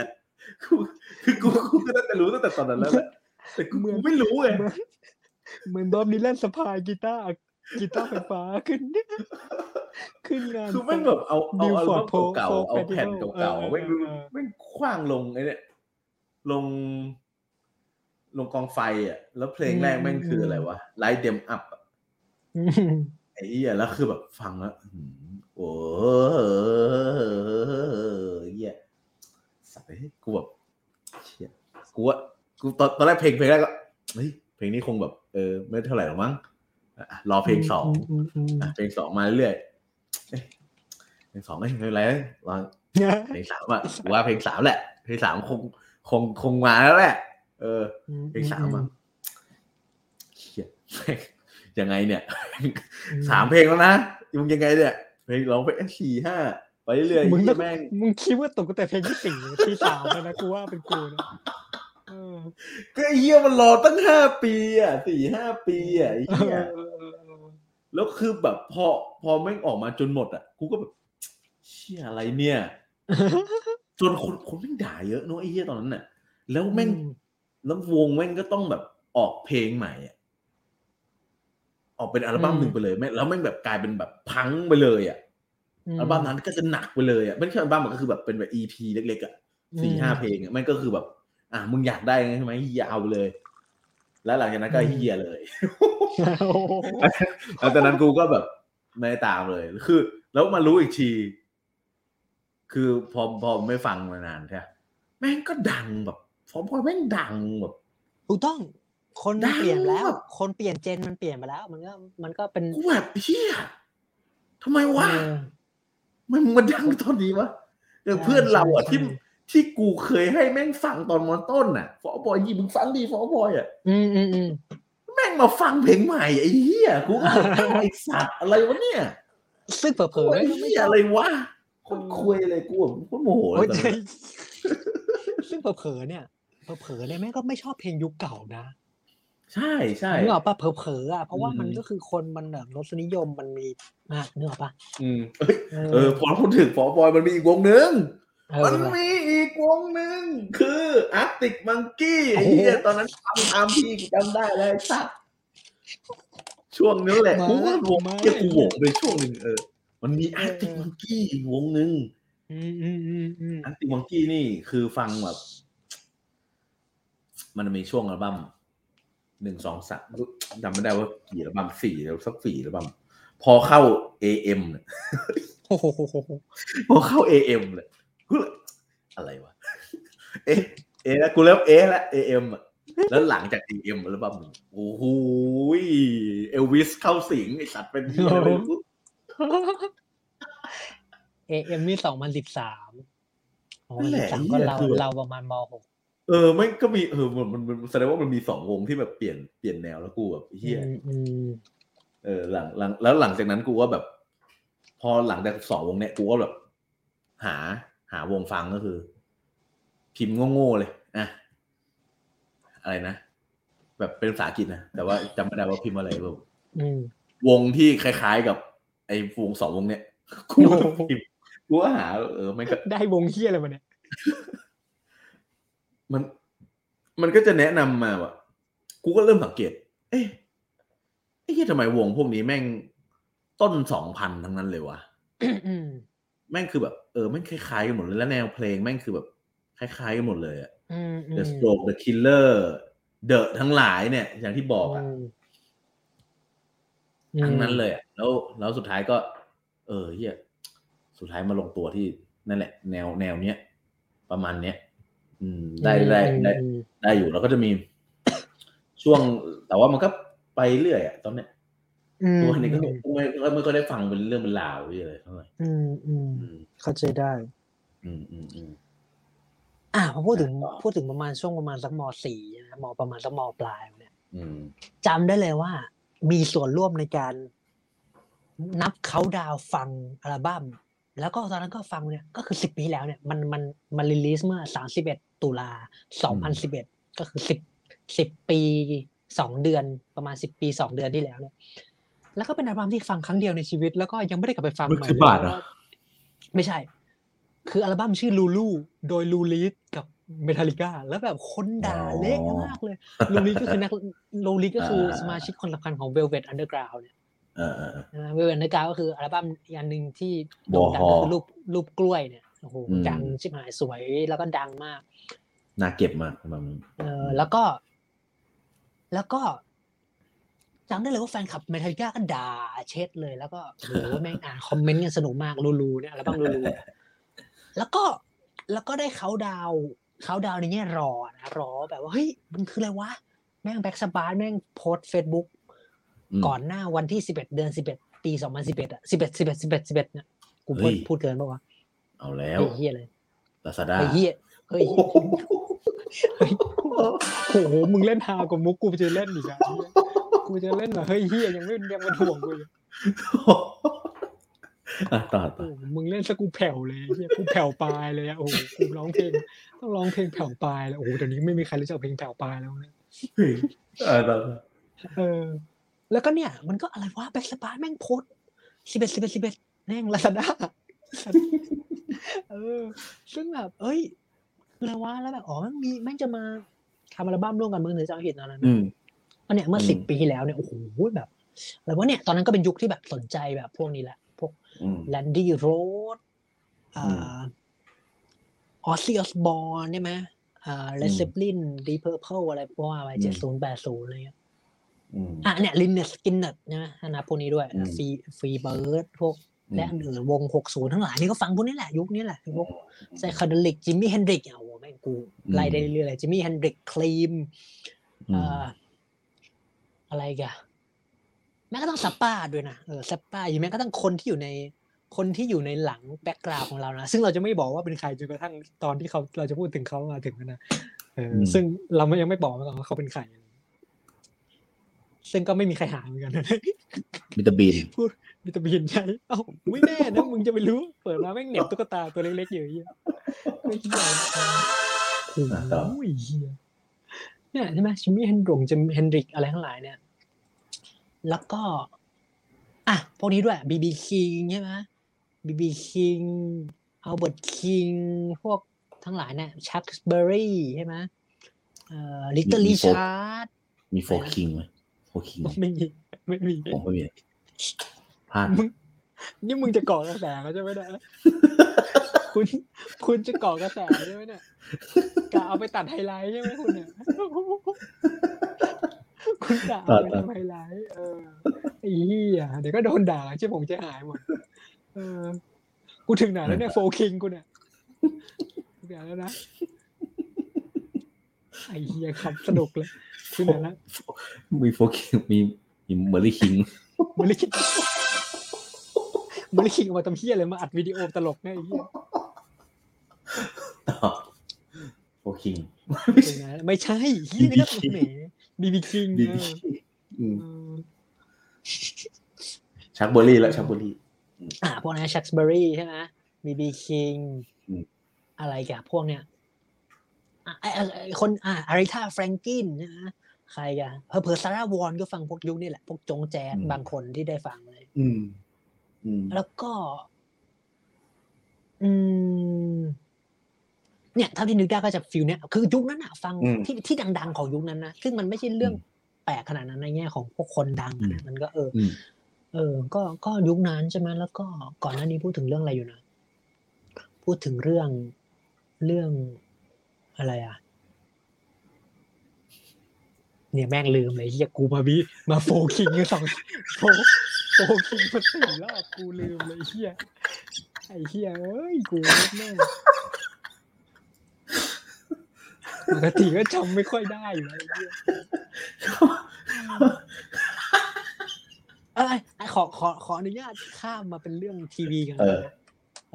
Speaker 2: กูคือกูกูก็น่าจะรู้ตั้งแต่ตอนนั้นแล้วแหละแต่กูกูไม่รู้ไง
Speaker 1: เหมือนบอมดิแลนสะพายกีตาร์กีตาร์ไฟฟ้าขึ้น ขึ้นงาน
Speaker 2: คือแม่งแบบเอาเอา
Speaker 1: New
Speaker 2: เอา
Speaker 1: Ford
Speaker 2: รูปเก่า
Speaker 1: Pro-
Speaker 2: ๆเอาแผ่น
Speaker 1: Pro Festival
Speaker 2: เก่า
Speaker 1: เออ
Speaker 2: ๆแม่ง
Speaker 1: เออเออ
Speaker 2: แม่งคว้างลงไอ้เนี่ยลง ลงกองไฟอ่ะ แล้วเพลงแรกแม่งคืออะไรวะไลท์เดมอัพ
Speaker 1: อืม
Speaker 2: ไอ้เหี้ยแล้วคือแบบฟังแล้วอื้อหือโอ้เหี้ยสัตว์เอ้ยกูแบบเชี่ยกูว่ากูตอนตอนแรกเพลงเพลงแรกก็เฮ้ยเพลงนี้คงแบบเออไม่เท่าไหร่หรอกมั้งอ่ะรอเพลงสอง
Speaker 1: มอืม
Speaker 2: อ่ะเพลงสองมาเรื่อยๆเอ๊ะเพลงสองไม่เป็นไรลอง
Speaker 1: อืม
Speaker 2: เพลงสามอ่ะกูว่าเพลงสามแหละ เพลงสามคงคงคงมาแล้วแหละ เออ เพลงสามอ่ะเขีย ยังไงเนี่ย สามเพลงแล้วนะมึงยังไงเนี่ย เพลงร้องไปสี่ห้าไปเรื่อยๆ
Speaker 1: มึงต้
Speaker 2: เหี้ย
Speaker 1: อง
Speaker 2: แม่ง
Speaker 1: มึงคิดว่าตกตั้งแต่เพลงที่สี่ที่สามแล้วนะกูว่าเป็นกูนะเออ
Speaker 2: ก็ไอ้เหี้ยมันรอตั้งห้าปีอ่ะสี่ห้าปีอ่ะไอ้เหี้ย
Speaker 1: เออเออเออ
Speaker 2: แล้วคือแบบพอพอแม่งออกมาจนหมดอ่ะกูก็แบบเชี่ยอะไรเนี่ย จนคนคนแม่งด่าเยอะเนอะไอ้เหี้ยตอนนั้นน่ะ แล้วแม่ง
Speaker 1: อื
Speaker 2: แล้ววงแม่งก็ต้องแบบออกเพลงใหม่อ่ะออกเป็นอัลบั้มหนึ่งไปเลยแม่งแล้วแม่งแบบกลายเป็นแบบพังไปเลยอ่ะอัลบั้มนั้นก็จะหนักไปเลยอ่ะไม่ใช่อัลบั้มมันก็คือแบบเป็นแบบอีพีเล็กๆอ่ะสี่ห้าเพลงอ่ะแม่งก็คือแบบ อ่ะมึงอยากได้ไงใช่ไหมเฮียเอาไปเลย แล้วหลังจากนั้นก็เฮียเลย
Speaker 1: โอ้โห
Speaker 2: แล้วตอนนั้นกูก็แบบไม่ได้ตามเลย คือ แล้วมารู้อีกที คือพอพอไม่ฟังมานานใช่ปะแม่งก็ดังแบบพอพอแม่งดังแบบ
Speaker 1: ถูกต้อง คนมัน
Speaker 2: ดัง
Speaker 1: เปลี่ยนแล้ว
Speaker 2: แบบ
Speaker 1: คนเปลี่ยนเจนมันเปลี่ยนไปแล้ว มันก็มันก็เป็น
Speaker 2: กูแบบเฮียทำไมวะ
Speaker 1: เออ
Speaker 2: มันมันดังตอนนี้วะเออ
Speaker 1: ใช่
Speaker 2: เพื่อนเราอ่ะ
Speaker 1: ใช่
Speaker 2: ที่ที่กูเคยให้แม่งฟังตอนมอต้นน่ะฟอบอยยี่มึงฟังดีฟอบอยอ่ะ
Speaker 1: อืมอืมอื ม
Speaker 2: แม่งมาฟังเพลงใหม่ไอ้เหี้ยกูก็แบบไอ้สัตว์อะไรวะเนี่ย
Speaker 1: ซึ่งเผลอๆ
Speaker 2: กูไอ้
Speaker 1: ก็ไม่
Speaker 2: เหี้ยอะไรวะคนคุยอะไรกูแบบโคนโมโหเล
Speaker 1: โอ้
Speaker 2: ย
Speaker 1: ย
Speaker 2: ตอนนั้น
Speaker 1: ซึ่งเผลอๆเนี่ยเผลอๆเนี่ยแม่งก็ไม่ชอบเพลงยุคเก่านะ
Speaker 2: ใช่ใช่
Speaker 1: นึกออกปะเผลอๆอ่ะเพราะว่า
Speaker 2: อืม
Speaker 1: มันก็คือคนมันแบบรสนิยมมันมีมากนึกออกปะ
Speaker 2: อืมเอ้ยเออพอพูดถึงฟอบอยมันมีอีกวงหนึ่ง
Speaker 1: เออ
Speaker 2: มันมีอีกวงหนึ่งคืออาร์ติกมังกี้
Speaker 1: โอ้
Speaker 2: ไอ้
Speaker 1: โห
Speaker 2: เหี้ยตอนนั้นทำตามพี่กูจำได้เลยสักช่วงนั้นแหละ
Speaker 1: มา
Speaker 2: กูว่าวง
Speaker 1: มา
Speaker 2: เที่ยกูโหวงไปช่วงหนึ่งเออ มันมีอาร์ติก
Speaker 1: เออ
Speaker 2: มังกี้อีกวงหนึ่ง
Speaker 1: อืมอืมอืมอืม
Speaker 2: อาร์ติกมังกี้นี่คือฟังแบบ มันมีช่วงอัลบั้มหนึ่งสองสามจำไม่ได้ว่ากี่อัลบั้มสี่แล้วสักสี่อัลบั้มพอเข้า AM เนี่ย
Speaker 1: โอ้โห
Speaker 2: พอเข้า AM เลยกูเลยอะไรวะ เอะเอะแล้วกูเริ่มเอะแล้ว AM อะแล้วหลังจาก AM อัลบั้มหนึ่งโอ้โหเอลวิสเข้าสิงไอสัตว์เป็นเหี้ย อะไรไม่รู้
Speaker 1: เอเอ็มนี่สองพันสิบสามโอ้ยสามก็เราเราประมาณมหก
Speaker 2: เออไม่ก็มีเออมันมันมันแสดงว่ามันมีสองวงที่แบบเปลี่ยนเปลี่ยนแนวแล้วกูแบบเฮีย
Speaker 1: อืมอืม
Speaker 2: เออหลังหลังแล้วหลังจากนั้นกูก็แบบ พอหลังจากสองวงเนี้ยกูก็แบบ หา หาวงฟังก็คือ พิมพ์โง่ๆเลยอะอะไรนะ แบบเป็นภาษาอังกฤษนะ แต่ว่าจำไม่ได้ว่าพิมพ์อะไรแบบ
Speaker 1: อืม
Speaker 2: วงที่คล้ายๆกับ ไอ้วงสองวงเนี้ยกู
Speaker 1: โอ้โห
Speaker 2: พิมพ์กูก็หา เออมันก็
Speaker 1: ได้วงเฮียอะไรมาเนี่ย
Speaker 2: มัน มันก็จะแนะนำมาว่ะกูก็เริ่มสังเกต เอ๊ะไอ้เหี้ยทำไมวงพวกนี้แม่งต้นสองพันทั้งนั้นเลยวะ
Speaker 1: อืม
Speaker 2: แม่งคือแบบเออแม่งคล้ายๆกันหมดเลยและแนวเพลงแม่งคือแบบคล้ายๆกันหมดเลยอะ
Speaker 1: อืมอืม
Speaker 2: The Stroke The Killer The ทั้งหลายเนี่ย อย่างที่บอกอะ
Speaker 1: อืม
Speaker 2: ทั้งนั้นเลยอะแล้วแล้วสุดท้ายก็ เออเฮียสุดท้ายมาลงตัวที่นั่นแหละ แนวแนวเนี้ยประมาณเนี้ยอืมได้ได้ได้
Speaker 1: อืม
Speaker 2: ได้อยู่แล้วก็จะมี ช่วง แต่ว่ามันก็ไปเรื่อยอะตอนเนี้ย
Speaker 1: อืม
Speaker 2: ตัวนนี้ก็ไม่ก็ไม่ก็ได้ฟังเป็นเรื่องเป็นราวที่อะไรเท่าไหร่
Speaker 1: อืมอืม
Speaker 2: อืม
Speaker 1: เข้าใจได้
Speaker 2: อืมอืมอืม
Speaker 1: อ่าพอพูดถึง
Speaker 2: อ่ะต่อ
Speaker 1: พูดถึงประมาณช่วงประมาณสักมสี่นะมประมาณสักมปลายเนี่ย
Speaker 2: อืม
Speaker 1: จำได้เลยว่า มีส่วนร่วมในการ นับเขาดาวน์ฟังอัลบั้มแล้วก็ตอนนั้นก็ฟังเนี่ยก็คือสิบปีแล้วเนี่ยมันมันมันรีลิสเมื่อสามสิบเอ็ดตุลาสองพันสิบเอ็ดก็คือสิบสิบปีสองเดือนประมาณสิบปีสองเดือนที่แล้วเนี่ยแล้วก็เป็นอัลบั้มที่ฟังครั้งเดียวในชีวิต แล้วก็ยังไม่ได้กลับไปฟัง
Speaker 2: มัน
Speaker 1: ใหม่
Speaker 2: คือ
Speaker 1: เลย
Speaker 2: บาทเหรอ
Speaker 1: ไม่ใช่ คืออัลบั้มชื่อลูลูโดยลูลิสกับเมทัลิก้าแล้วแบบคนด่าเละมากเลย ลูลิสก็คือนักลูลิสก็คือสมาชิกคนสำคัญของ Velvet Underground เนี่ย
Speaker 2: เออเออ
Speaker 1: เวลเวนเดอร์กาวก็คืออัลบั้มอีกอันหนึ่งที่
Speaker 2: ว
Speaker 1: โด่
Speaker 2: อง ฮอ
Speaker 1: ดังก็คือรูปรูปกล้วยเนี่ยโอ้โห
Speaker 2: อืม
Speaker 1: ดังชิบหายสวยแล้วก็ดังมาก
Speaker 2: น่าเก็บมากมัน
Speaker 1: เออแล้วก็ แล้วก็จำได้เลยว่าแฟนคลับเมทัลิก้าก็ด่าเช็ดเลย แล้วก็โอ้โหแม่ง อ่านคอมเมนต์กันสนุกมากลูลูเนี่ยอัลบั้มลูลูเนี่ยแล้วก็แล้วก็ได้เขาดาวน์เขาดาวน์ในแง่รอนะรอแบบว่าเฮ้ยมันคืออะไรวะ แม่งแบ็กสปาร์แม่งโพสเฟซบุ๊ก
Speaker 2: ม
Speaker 1: ก่อนหน้าวันที่สิบเอ็ดเดือนสิบเอ็ดปีสองพันสิบเอ็ดอ่ะสิบเอ็ดสิบเอ็ดสิบเอ็ดสิบเอ็ดเนี่ยกูพู
Speaker 2: เฮ้
Speaker 1: ด
Speaker 2: ย
Speaker 1: พูดเกินปะวะ
Speaker 2: เอาแล้ว
Speaker 1: เฮ้ยเฮียเลย
Speaker 2: ลาซาด้า
Speaker 1: เฮ้ยเฮียเฮ้ยโอ้โหมึงเล่นฮากว่ามุกกูจะเล่นอีกอ่ะเหี้ยกูจะเล่นเหรอเฮ้ยเฮียยังไม่ยังมาถ่วงกูอยู่
Speaker 2: อ่ะต่อ
Speaker 1: โอ้
Speaker 2: ต่อ
Speaker 1: โหมึงเล่นซะกูแผ่วเลยเฮียกูแผ่วปลายเลยอ่ะโอ้โหกูร้องเพลงต้องร้องเพลงแผ่วปลายแล้วโอ้โหเดี๋ยวนี้ไม่มีใครรู้จักเพลงแผ่วปลายแล้วนะ
Speaker 2: เฮ้ยเออต่อต่อ
Speaker 1: เออแล้วก็เนี่ย มันก็อะไรวะแบ็กสปาร์แม่งโพสสิบเอ็ดสิบเอ็ดสิบเอ็ดแม่งลาซาด้า เออ ซึ่งแบบ เอ้ยคืออะไรวะแล้วแบบอ๋อแมันมีแม่งจะมาทำอัลบั้มร่วมกันมึงถึงจะเอาเห็นตอนนั้น
Speaker 2: อืม
Speaker 1: ก็เนี่ยเมื่อ
Speaker 2: อืม
Speaker 1: สิบปีที่แล้วเนี่ยโอ้โหแบบอะไรวะเนี่ยตอนนั้นก็เป็นยุคที่แบบสนใจแบบพวกนี้แหละ พวก
Speaker 2: อืม
Speaker 1: แลนดี้โรดอ่
Speaker 2: อื
Speaker 1: าออสซี่ออสบอร์ใช่ไหมอ่าเลสเซปลินดีเพอร์เพลอะไรเพราะว่าไป
Speaker 2: อืม
Speaker 1: เจ็ดศูนย์แปดศูนย์อะไรเงี้ย
Speaker 2: อืม
Speaker 1: อ่ะเนี่ยลินเนสกินเนตใช่ไหมนะพวกนี้ด้วย
Speaker 2: อืม
Speaker 1: ฟรีฟรีเบิร์ดพวกและอันอื่นวง 60 ทั้งหลายนี่ก็ฟังพวกนี้แหละ ยุคนี้แหละพวกไซคาเดลิกจิมมี่เฮนดริกอ่ะโอ้โหแม่งกูไล่ได้เรื่อยๆเลยจิมมี่เฮนดริกคลีม
Speaker 2: อืม
Speaker 1: อะไรอีกันแม้กระทั่งซัปป้าด้วยนะเออซัปป้าอยู่แม้กระทั่งคนที่อยู่ในคนที่อยู่ในหลังแบ็กกราวของเรานะ ซึ่งเราจะไม่บอกว่าเป็นใครจนกระทั่งตอนที่เขาเราจะพูดถึงเขามาถึงนะเอออ
Speaker 2: ม
Speaker 1: ซึ่งเรายังไม่บอกมาก่อนว่าเขาเป็นใครซึ่งก็ไม่มีใครหาเหมือนกันนะ
Speaker 2: มิสเตอร์บีน
Speaker 1: วิตามินใช้เอ้าไม่แน่นะมึงจะไปรู้ เปิดมาแม่งเหน็บตุ๊กตาตัวเล็กๆอยู่ไอ้เหี้ยไม่ใช่โอ้
Speaker 2: อ่ะต่อ
Speaker 1: โหเหี้ยเนี่ยใช่ไหมชิมมี่เฮนดรงจิมเฮนดริกอะไรทั้งหลายเนี่ย แล้วก็ อ่ะ พวกนี้ด้วยบีบีคิงใช่ไหมบีบีคิงอัลเบิร์ตคิงพวกทั้งหลายเนี่ยชักเบอรี่ใช่ไหมเอ่อลิตเติ้ลลิชาร์ด
Speaker 2: มีโฟคิงไหมโฟคิง
Speaker 1: ไม่มีไม่มี
Speaker 2: ผมไม่มีพลาด
Speaker 1: นี่มึงจะก่อกระแสเขาใช่ไหม เนี่ย คุณคุณจะก่อกระแสใช่ไหมเนี่ยกะเอาไปตัดไฮไลท์ใช่ไหมคุณ เนี่ย คุณกะเอาไป
Speaker 2: ตัด
Speaker 1: ทำไฮไลท์เออไอ้เหี้ยเดี๋ยวก็โดนด่าใช่ผมจะหายหมด เออ กูถึงไหนแล้วเนี่ยโฟคิงกูเนี่ยถึงไหนแล้วนะไอ้เหี้ยคำสนุกเลยถึงไหนแล้ว
Speaker 2: มีโฟคิงมีมีเมอร์รี่คิง
Speaker 1: มันเลยคิดมันเลยคิดออกมาทำเพี้ยอะไรมาอัดวิดีโอตลกเนี่ยไอ้เหี้ย
Speaker 2: ต่อโฟคิง
Speaker 1: เป็นไงไม่ใช่เฮีย
Speaker 2: BB
Speaker 1: นี่ก็ตัวเหนบีบีคิง
Speaker 2: ดี
Speaker 1: เออ
Speaker 2: อืม
Speaker 1: เออ
Speaker 2: ชักเบอร์รี่แล้วชักเบอร์รี่
Speaker 1: อ่าพวกนั้นชักสเบอรี่ใช่ไหมบีบีคิง
Speaker 2: อืม
Speaker 1: อะไรกับพวกเนี้ยอ่ะไอ้ไอ้ไอ้คนอ่าอาริธาแฟรงกินนะฮะใครกันเพอเพอซาร่าวอนก็ฟังพวกยุคนี่แหละ พวกจงแจ๊ดบางคนที่ได้ฟังเลย
Speaker 2: อืม อืม
Speaker 1: แล้วก็ อืม เนี่ยเท่าที่นึกได้ก็จะฟิลเนี่ยคือยุคนั้นอะฟัง
Speaker 2: อืม
Speaker 1: ที่ที่ดัง ๆ ของยุคนั้นนะซึ่งมันไม่ใช่เรื่องแปลกขนาดนั้นในแง่ของพวกคนดังอะนะมันก็เอออ
Speaker 2: ม
Speaker 1: เออ ก็ก็ยุคนั้นใช่ไหมแล้วก็ก่อนหน้านี้พูดถึงเรื่องอะไรอยู่นะพูดถึงเรื่องเรื่องอะไรอะเนี่ยแม่งลืมเลยเฮียกูมาบีมาโฟกิงกันสองโฟ โฟกิงมาสี่รอบกูลืมเลยไอ้เฮียไอ้เฮียเอ้ยกูแม่งปกติก็จำไม่ค่อยได้อยู่แล้วไอ้เฮียเอ้ยไอ้ขอขอขออนุญาตข้ามมาเป็นเรื่องทีวีกัน
Speaker 2: เอ
Speaker 1: นะ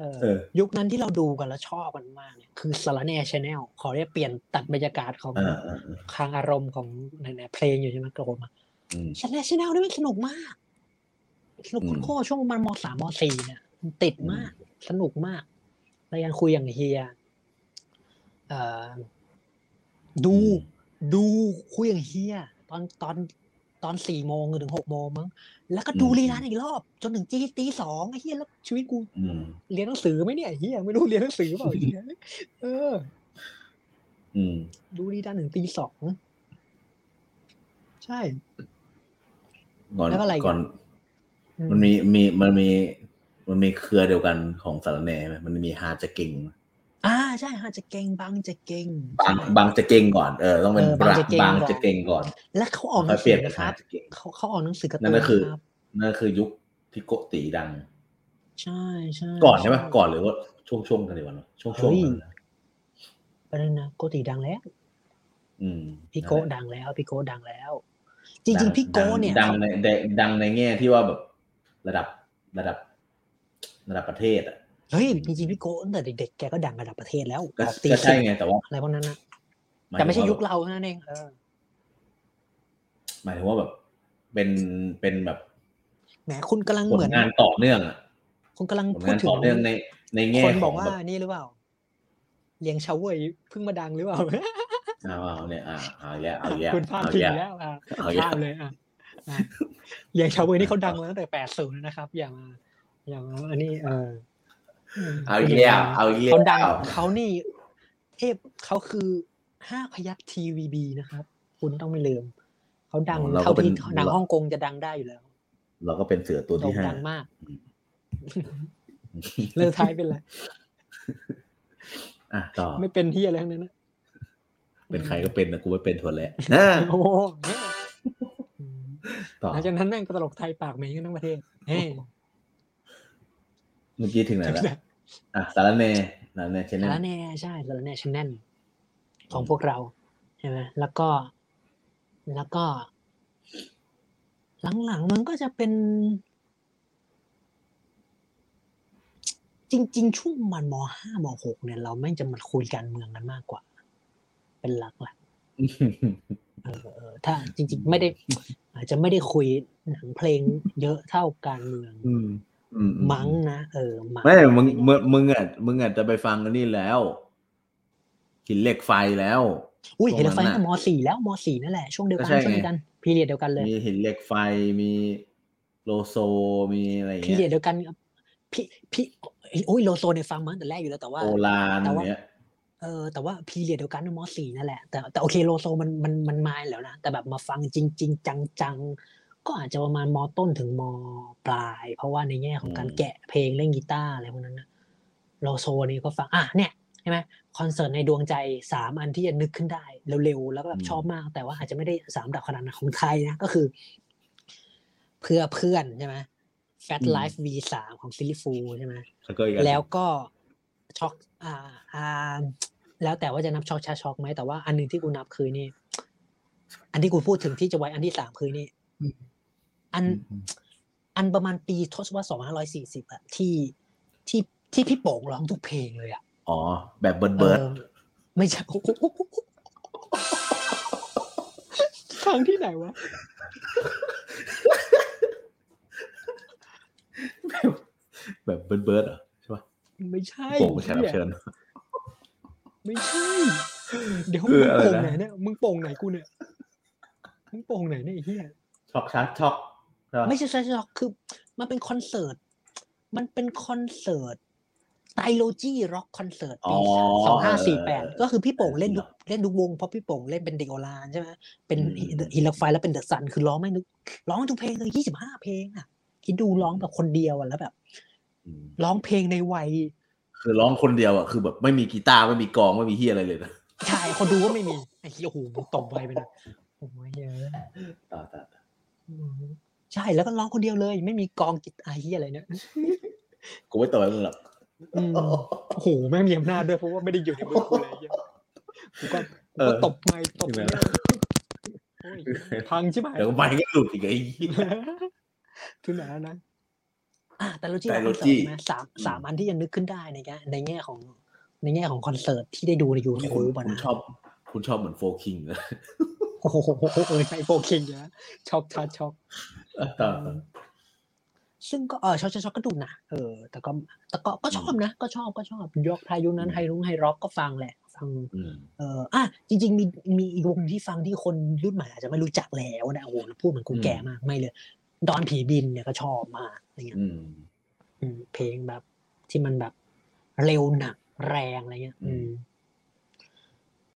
Speaker 2: อ
Speaker 1: เออ
Speaker 2: เออ
Speaker 1: ยุคนั้นที่เราดูกันแล้วชอบกันมากเนี่ยคือสารแหนชแนลขอได้เปลี่ยนตัดบรรยากาศของ
Speaker 2: อ่าอ่าอ่า
Speaker 1: คางอารมณ์ของไหนๆเพลงอยู่ใช่ไหมโกรธมา
Speaker 2: อืม
Speaker 1: สารแหนชแนลนี่มันสนุกมาก สนุก
Speaker 2: อืม
Speaker 1: โคตรๆช่วงประมันมสามมสี่เนี่ยมันติดมาก สนุกมากรายการคุยอย่างเฮียเอ่อดู ดูคุยอย่างเฮียตอนตอนตอนสี่โมงถึงหกโมงมั้งแล้วก็ดู
Speaker 2: อืม
Speaker 1: รีรันอีกรอบ จนถึงจีตีสองไอ้เฮียแล้วชีวิตกู
Speaker 2: อืม
Speaker 1: เรียนหนังสือไหมเนี่ยไอ้เฮียไม่รู้เรียนหนังสือ เปล่า ไอ้เหี้ยเออ
Speaker 2: อืม
Speaker 1: ดูรีรันถึงตีสองใช่
Speaker 2: ก่อน
Speaker 1: แล้วอะไรอีก
Speaker 2: ก่อน
Speaker 1: อืม
Speaker 2: มันมีมีมันมีมันมีเครือเดียวกันของสารแหนไหมมันมีฮาจะเก่ง
Speaker 1: อ่าใช่ฮะจะเก่งบางจะเก่ง
Speaker 2: บาง
Speaker 1: ใช่
Speaker 2: บางจะเก่งก่อนเออต้องเป็น
Speaker 1: เออบางจะเก่ง
Speaker 2: บาง
Speaker 1: ก่อน
Speaker 2: จะเก่งก่อน
Speaker 1: แล้วเขาออกหนั
Speaker 2: ค่อย
Speaker 1: ง
Speaker 2: เป
Speaker 1: สื
Speaker 2: ลี่ยน
Speaker 1: อ
Speaker 2: เป็น
Speaker 1: นะค
Speaker 2: ฮา
Speaker 1: รับ
Speaker 2: จะเก่ง
Speaker 1: เขาเขาออกหนังสือการ์ตู
Speaker 2: นั่นก็คือ
Speaker 1: ะรับ
Speaker 2: นั่นคือยุคที่โกติดัง
Speaker 1: ใช่ใช่
Speaker 2: ก่อนใช่ปะก่อนหรือว่าช่วงช่วงๆกันเลยวะเนอะช่วง
Speaker 1: เฮ้
Speaker 2: ช่วง
Speaker 1: ย
Speaker 2: นั้นนะ
Speaker 1: ประเด็นนะโกติดังแล้ว
Speaker 2: อืม
Speaker 1: พี่โกะดังแล้วพี่โกะดังแล้ว จ
Speaker 2: ดั
Speaker 1: ริ
Speaker 2: ง
Speaker 1: ง ๆ พี่โกะเนี่ย
Speaker 2: ดังในในดังในแง่ที่ว่าแบบ ระดับระดับ ระดับประเทศอ่ะ
Speaker 1: เฮ้ยจริงๆพี่โกะตั้งแต่เด็กๆแกก็ดังระดับประเทศแล้ว
Speaker 2: ก็
Speaker 1: ออกตี
Speaker 2: ก็
Speaker 1: สิ
Speaker 2: ใช่ไง แต่ว่า
Speaker 1: อะไรพวกนั้นนะ
Speaker 2: หา
Speaker 1: แต่ไม่ใช่
Speaker 2: ถึงว่า
Speaker 1: ยุคเราเท่านั้นเองเออ
Speaker 2: หมายถึงว่าแบบเป็นเป็นแบบ
Speaker 1: แหมคุณกำลัง
Speaker 2: ผ
Speaker 1: เห
Speaker 2: ล
Speaker 1: มือน
Speaker 2: งานต่อเนื่องอะ
Speaker 1: คุณกำลัง
Speaker 2: ผล
Speaker 1: พูด
Speaker 2: งาน
Speaker 1: ถึง
Speaker 2: ต่อเนื่องในในแง่
Speaker 1: คน
Speaker 2: ข
Speaker 1: บ
Speaker 2: อ
Speaker 1: อง กว่า
Speaker 2: แบบ
Speaker 1: นี่หรือเปล่าเลี้ยงชาวเว่ยเพิ่งมาดังหรือเป ล่า
Speaker 2: อ้าวเอาเนี่ยอ่าเอาอีกแล้วเอาอีกแล้ว
Speaker 1: คุณพลาด
Speaker 2: เอาอี
Speaker 1: ถึ
Speaker 2: ก
Speaker 1: ง
Speaker 2: แล้ว
Speaker 1: แล้วอ่ะ
Speaker 2: เอาอีก
Speaker 1: พลาด
Speaker 2: แล้ว
Speaker 1: เลยอ่ะอ่ะเลี้ยงชาวเว่ยนี่เขาดังมาตั้งแต่แปดศูนย์นะครับ อย่ามาอย่ามาอันนี้ เออ
Speaker 2: เอาอีกแล้วเอาอีกแล้ว
Speaker 1: เขาดังเขานี่เทพเขาคือห้าพยักทีวีบีนะครับ คุณต้องไม่ลืม เขาดังเท่าที่หนังฮ่องกงจะดังได้อยู่แล้ว
Speaker 2: เราก็เป็นเสือตัว
Speaker 1: โด่ง
Speaker 2: ที่ห้า
Speaker 1: ดัง มาก เลือกท้ายเป็นไร
Speaker 2: อ่ะต่อ
Speaker 1: ไม่เป็นที่อะไรทั้งนั้นนะ
Speaker 2: เป็นใครก็เป็นนะกูไม่เป็นทวน แล้วนะ
Speaker 1: โอ้โห
Speaker 2: ต่อ
Speaker 1: หลังจากนั้นแม่งก็ตลกไทยปากเหม็นกันทั้งประเทศเฮ้ย
Speaker 2: เมื่อกี้ถึ งไหนแล้ว อ่ะสารเนสารเนชแน
Speaker 1: สา
Speaker 2: ล
Speaker 1: รแน่ใช่สารแน่ชแนลของพวกเราใช่ไหมแล้วก็แล้วก็ หลังๆมันก็จะเป็น จริง ๆ ช่วงมันมห้ามหกเนี่ยเราแม่งจะมาคุยการเมืองกันมากกว่า เป็นหลักๆ เออเออถ้าจริง ๆ ไม่ได้ อาจจะไม่ได้คุยหนังเพลงเยอะเท่าการเมือง
Speaker 2: อืมอืมอื
Speaker 1: มั้งนะเออมั้ง
Speaker 2: ไม่มึงมึงมึงอ่ะมึงอ่ะจะไปฟังอันนี่แล้วหินเหล็กไฟแล้ว
Speaker 1: อุ้ยเห็นแล้วไฟ
Speaker 2: ตรงนั้น
Speaker 1: ตั้
Speaker 2: น่ะ
Speaker 1: งมสี่แล้วมสี่นั่นแหละ ช่วงเดียวกัน
Speaker 2: ก็ใช่ไง
Speaker 1: ช่วงเดียวกันพีเรียดเดียวกันเลย
Speaker 2: มีหินเหล็กไฟมีโลโซมีอะไรอย่าง
Speaker 1: พีเรีย
Speaker 2: เงี้
Speaker 1: ด
Speaker 2: ย
Speaker 1: เดียวกันกับพี่พี่โอ้ยโลโซเนี่ยฟังมาตั้งแต่แรกอยู่แล้วแต่ว่า
Speaker 2: โอลาน
Speaker 1: แต่ว่า
Speaker 2: เนี้ย
Speaker 1: เออแต่ว่าพีเรียดเดียวกันมสี่นั่นแหละแต่แต่โอเคโลโซมันมันมันมาแล้วนะแต่แบบมาฟังจริงจริงจังจังๆ ก็อาจจะประมาณมต้นถึงมปลาย เพราะว่าในแง่ของการแกะเพลงเล่นกีตาร์อะไรพวกนั้นนะโลโซนี่ก็ฟังอ่ะเนี่ยใช่ไหมคอนเสิร์ตในดวงใจสามอันที่จะนึกขึ้นได้เร็วๆ แล้วก็แบบชอบมาก แต่ว่าอาจจะไม่ได้สามดับขนาดนั้นของไทยนะ ก็คือ เพื่อเพื่อนใช่ไหม Fat Life V3 ของซิลิฟูใช่ไหม
Speaker 2: แล้วก็อีกอัน
Speaker 1: แล้วก็ช็อกอ่าอ่า แล้วแต่ว่าจะนับช็อกชาช็อกไหมแต่ว่าอันหนึ่งที่กูนับคือนี่ อันที่กูพูดถึงที่จะไว้อันที่สามคือนี่อัน อันประมาณปีทศวรรษสองพันร้อยสี่สิบอะที่ที่ที่พี่โป่งร้องทุกเพลงเลยอะ
Speaker 2: อ๋อ แบบเบิร์ดเบิร์ด
Speaker 1: ออไม่ใช่ครั้งที่ไหนวะ
Speaker 2: แบบเบิร์ดเบิร์ดเหรอใช่ป่ะ
Speaker 1: ไม่ใช่
Speaker 2: โป่งแขกรับเชิญ
Speaker 1: ไม่ใช่ เดี๋ยว
Speaker 2: คื
Speaker 1: มึ
Speaker 2: อง อะไร
Speaker 1: โป่ง
Speaker 2: นะ
Speaker 1: ไหนเนี่ยมึงโป่งไหนกูเนี่ยมึงโป่งไหนเนี่ยไอ้เฮีย
Speaker 2: ช็อกชักช็อกใช่ปะ
Speaker 1: ไม่ใช่แฟชั่นช็อกคือ มันเป็นคอนเสิร์ต มันเป็นคอนเสิร์ตไตโลจีร็อกคอนเสิร์ตปีสองห้าสี่แปดก็คือพี่โป่งเล่นทุกเล่นทุกวง เพราะพี่โป่งเล่นเป็นเด็กโอลานใช่ไหมเป็นฮิลักไฟแล้วเป็นเดอะซันคือร้องไม่นึกร้องทุกเพลงเลยยี่สิบห้าเพลงอ่ะคิดดูร้องแบบคนเดียวอ่ะแล้วแบบ
Speaker 2: อืม
Speaker 1: ร้องเพลงในวัย
Speaker 2: คือร้องคนเดียวอ่ะคือแบบไม่มีกีตาร์ไม่มีกลองไม่มีเฮียอะไรเลยนะ
Speaker 1: ชายคนดูก็ไม่มีไอ้เหี้ยโอ้โหมึงตบไวไปนะโอ้ยเยอะ
Speaker 2: ต่อต่อต่อ
Speaker 1: อืมใช่แล้วก็ร้องคนเดียวเลย ไม่มีกองกีตาร์เหียอะไรเนี่ย
Speaker 2: กูไม่ต่อยมึงหรอก
Speaker 1: อืม โอ้โหแม่งมีอำนาจด้วยเพราะว่าไม่ได้อยู่ในมือกูเลยเหี้ยกูก็กูก็ตบไม่ตบเลยโอ้ยพังใช่ไหม
Speaker 2: เดี๋ยวไมค์ก็หลุดอีกไอ้เหี้ย
Speaker 1: ถึงไหนแล้วนะ อ่าแต่โลจีคอน
Speaker 2: Trilogy
Speaker 1: เสิร์ตใช่ไหมสามสามอันที่ยังนึกขึ้นได้ในแง่ในแง่ของในแง่ของคอนเสิร์ตที่ได้ดูในยู
Speaker 2: นี่
Speaker 1: ทู
Speaker 2: คุณ
Speaker 1: บ
Speaker 2: คุณ
Speaker 1: นะ
Speaker 2: ชอบ คุณชอบเหมือนโฟคิงเลย
Speaker 1: โอ้โหเออใช่โฟกิงนะช็อกช็อกช็อก
Speaker 2: ต่อ
Speaker 1: ซึ่งก็เออชอบชอบชอบก็ดูนะเออ แต่ก็แต่ก็ก็ชอบนะ ก็ชอบก็ชอบยกไทยยุคนั้น
Speaker 2: อืม
Speaker 1: ไฮรุ่งไฮร็อกก็ฟังแหละ ฟัง
Speaker 2: อืม
Speaker 1: เอออ่ะจริง ๆ มีมีอีกวงที่ฟังที่คนรุ่นใหม่อาจจะไม่รู้จักแล้วนะโอ้โหพูดเหมือนกู
Speaker 2: อืม
Speaker 1: แก่มากไม่เลย ดอนผีดินเนี่ยก็ชอบมากอะไรเงี้ย
Speaker 2: อืม
Speaker 1: อืมเพลงแบบที่มันแบบเร็วหนักแรงอะไรเงี้ย อื
Speaker 2: อื
Speaker 1: ม
Speaker 2: ม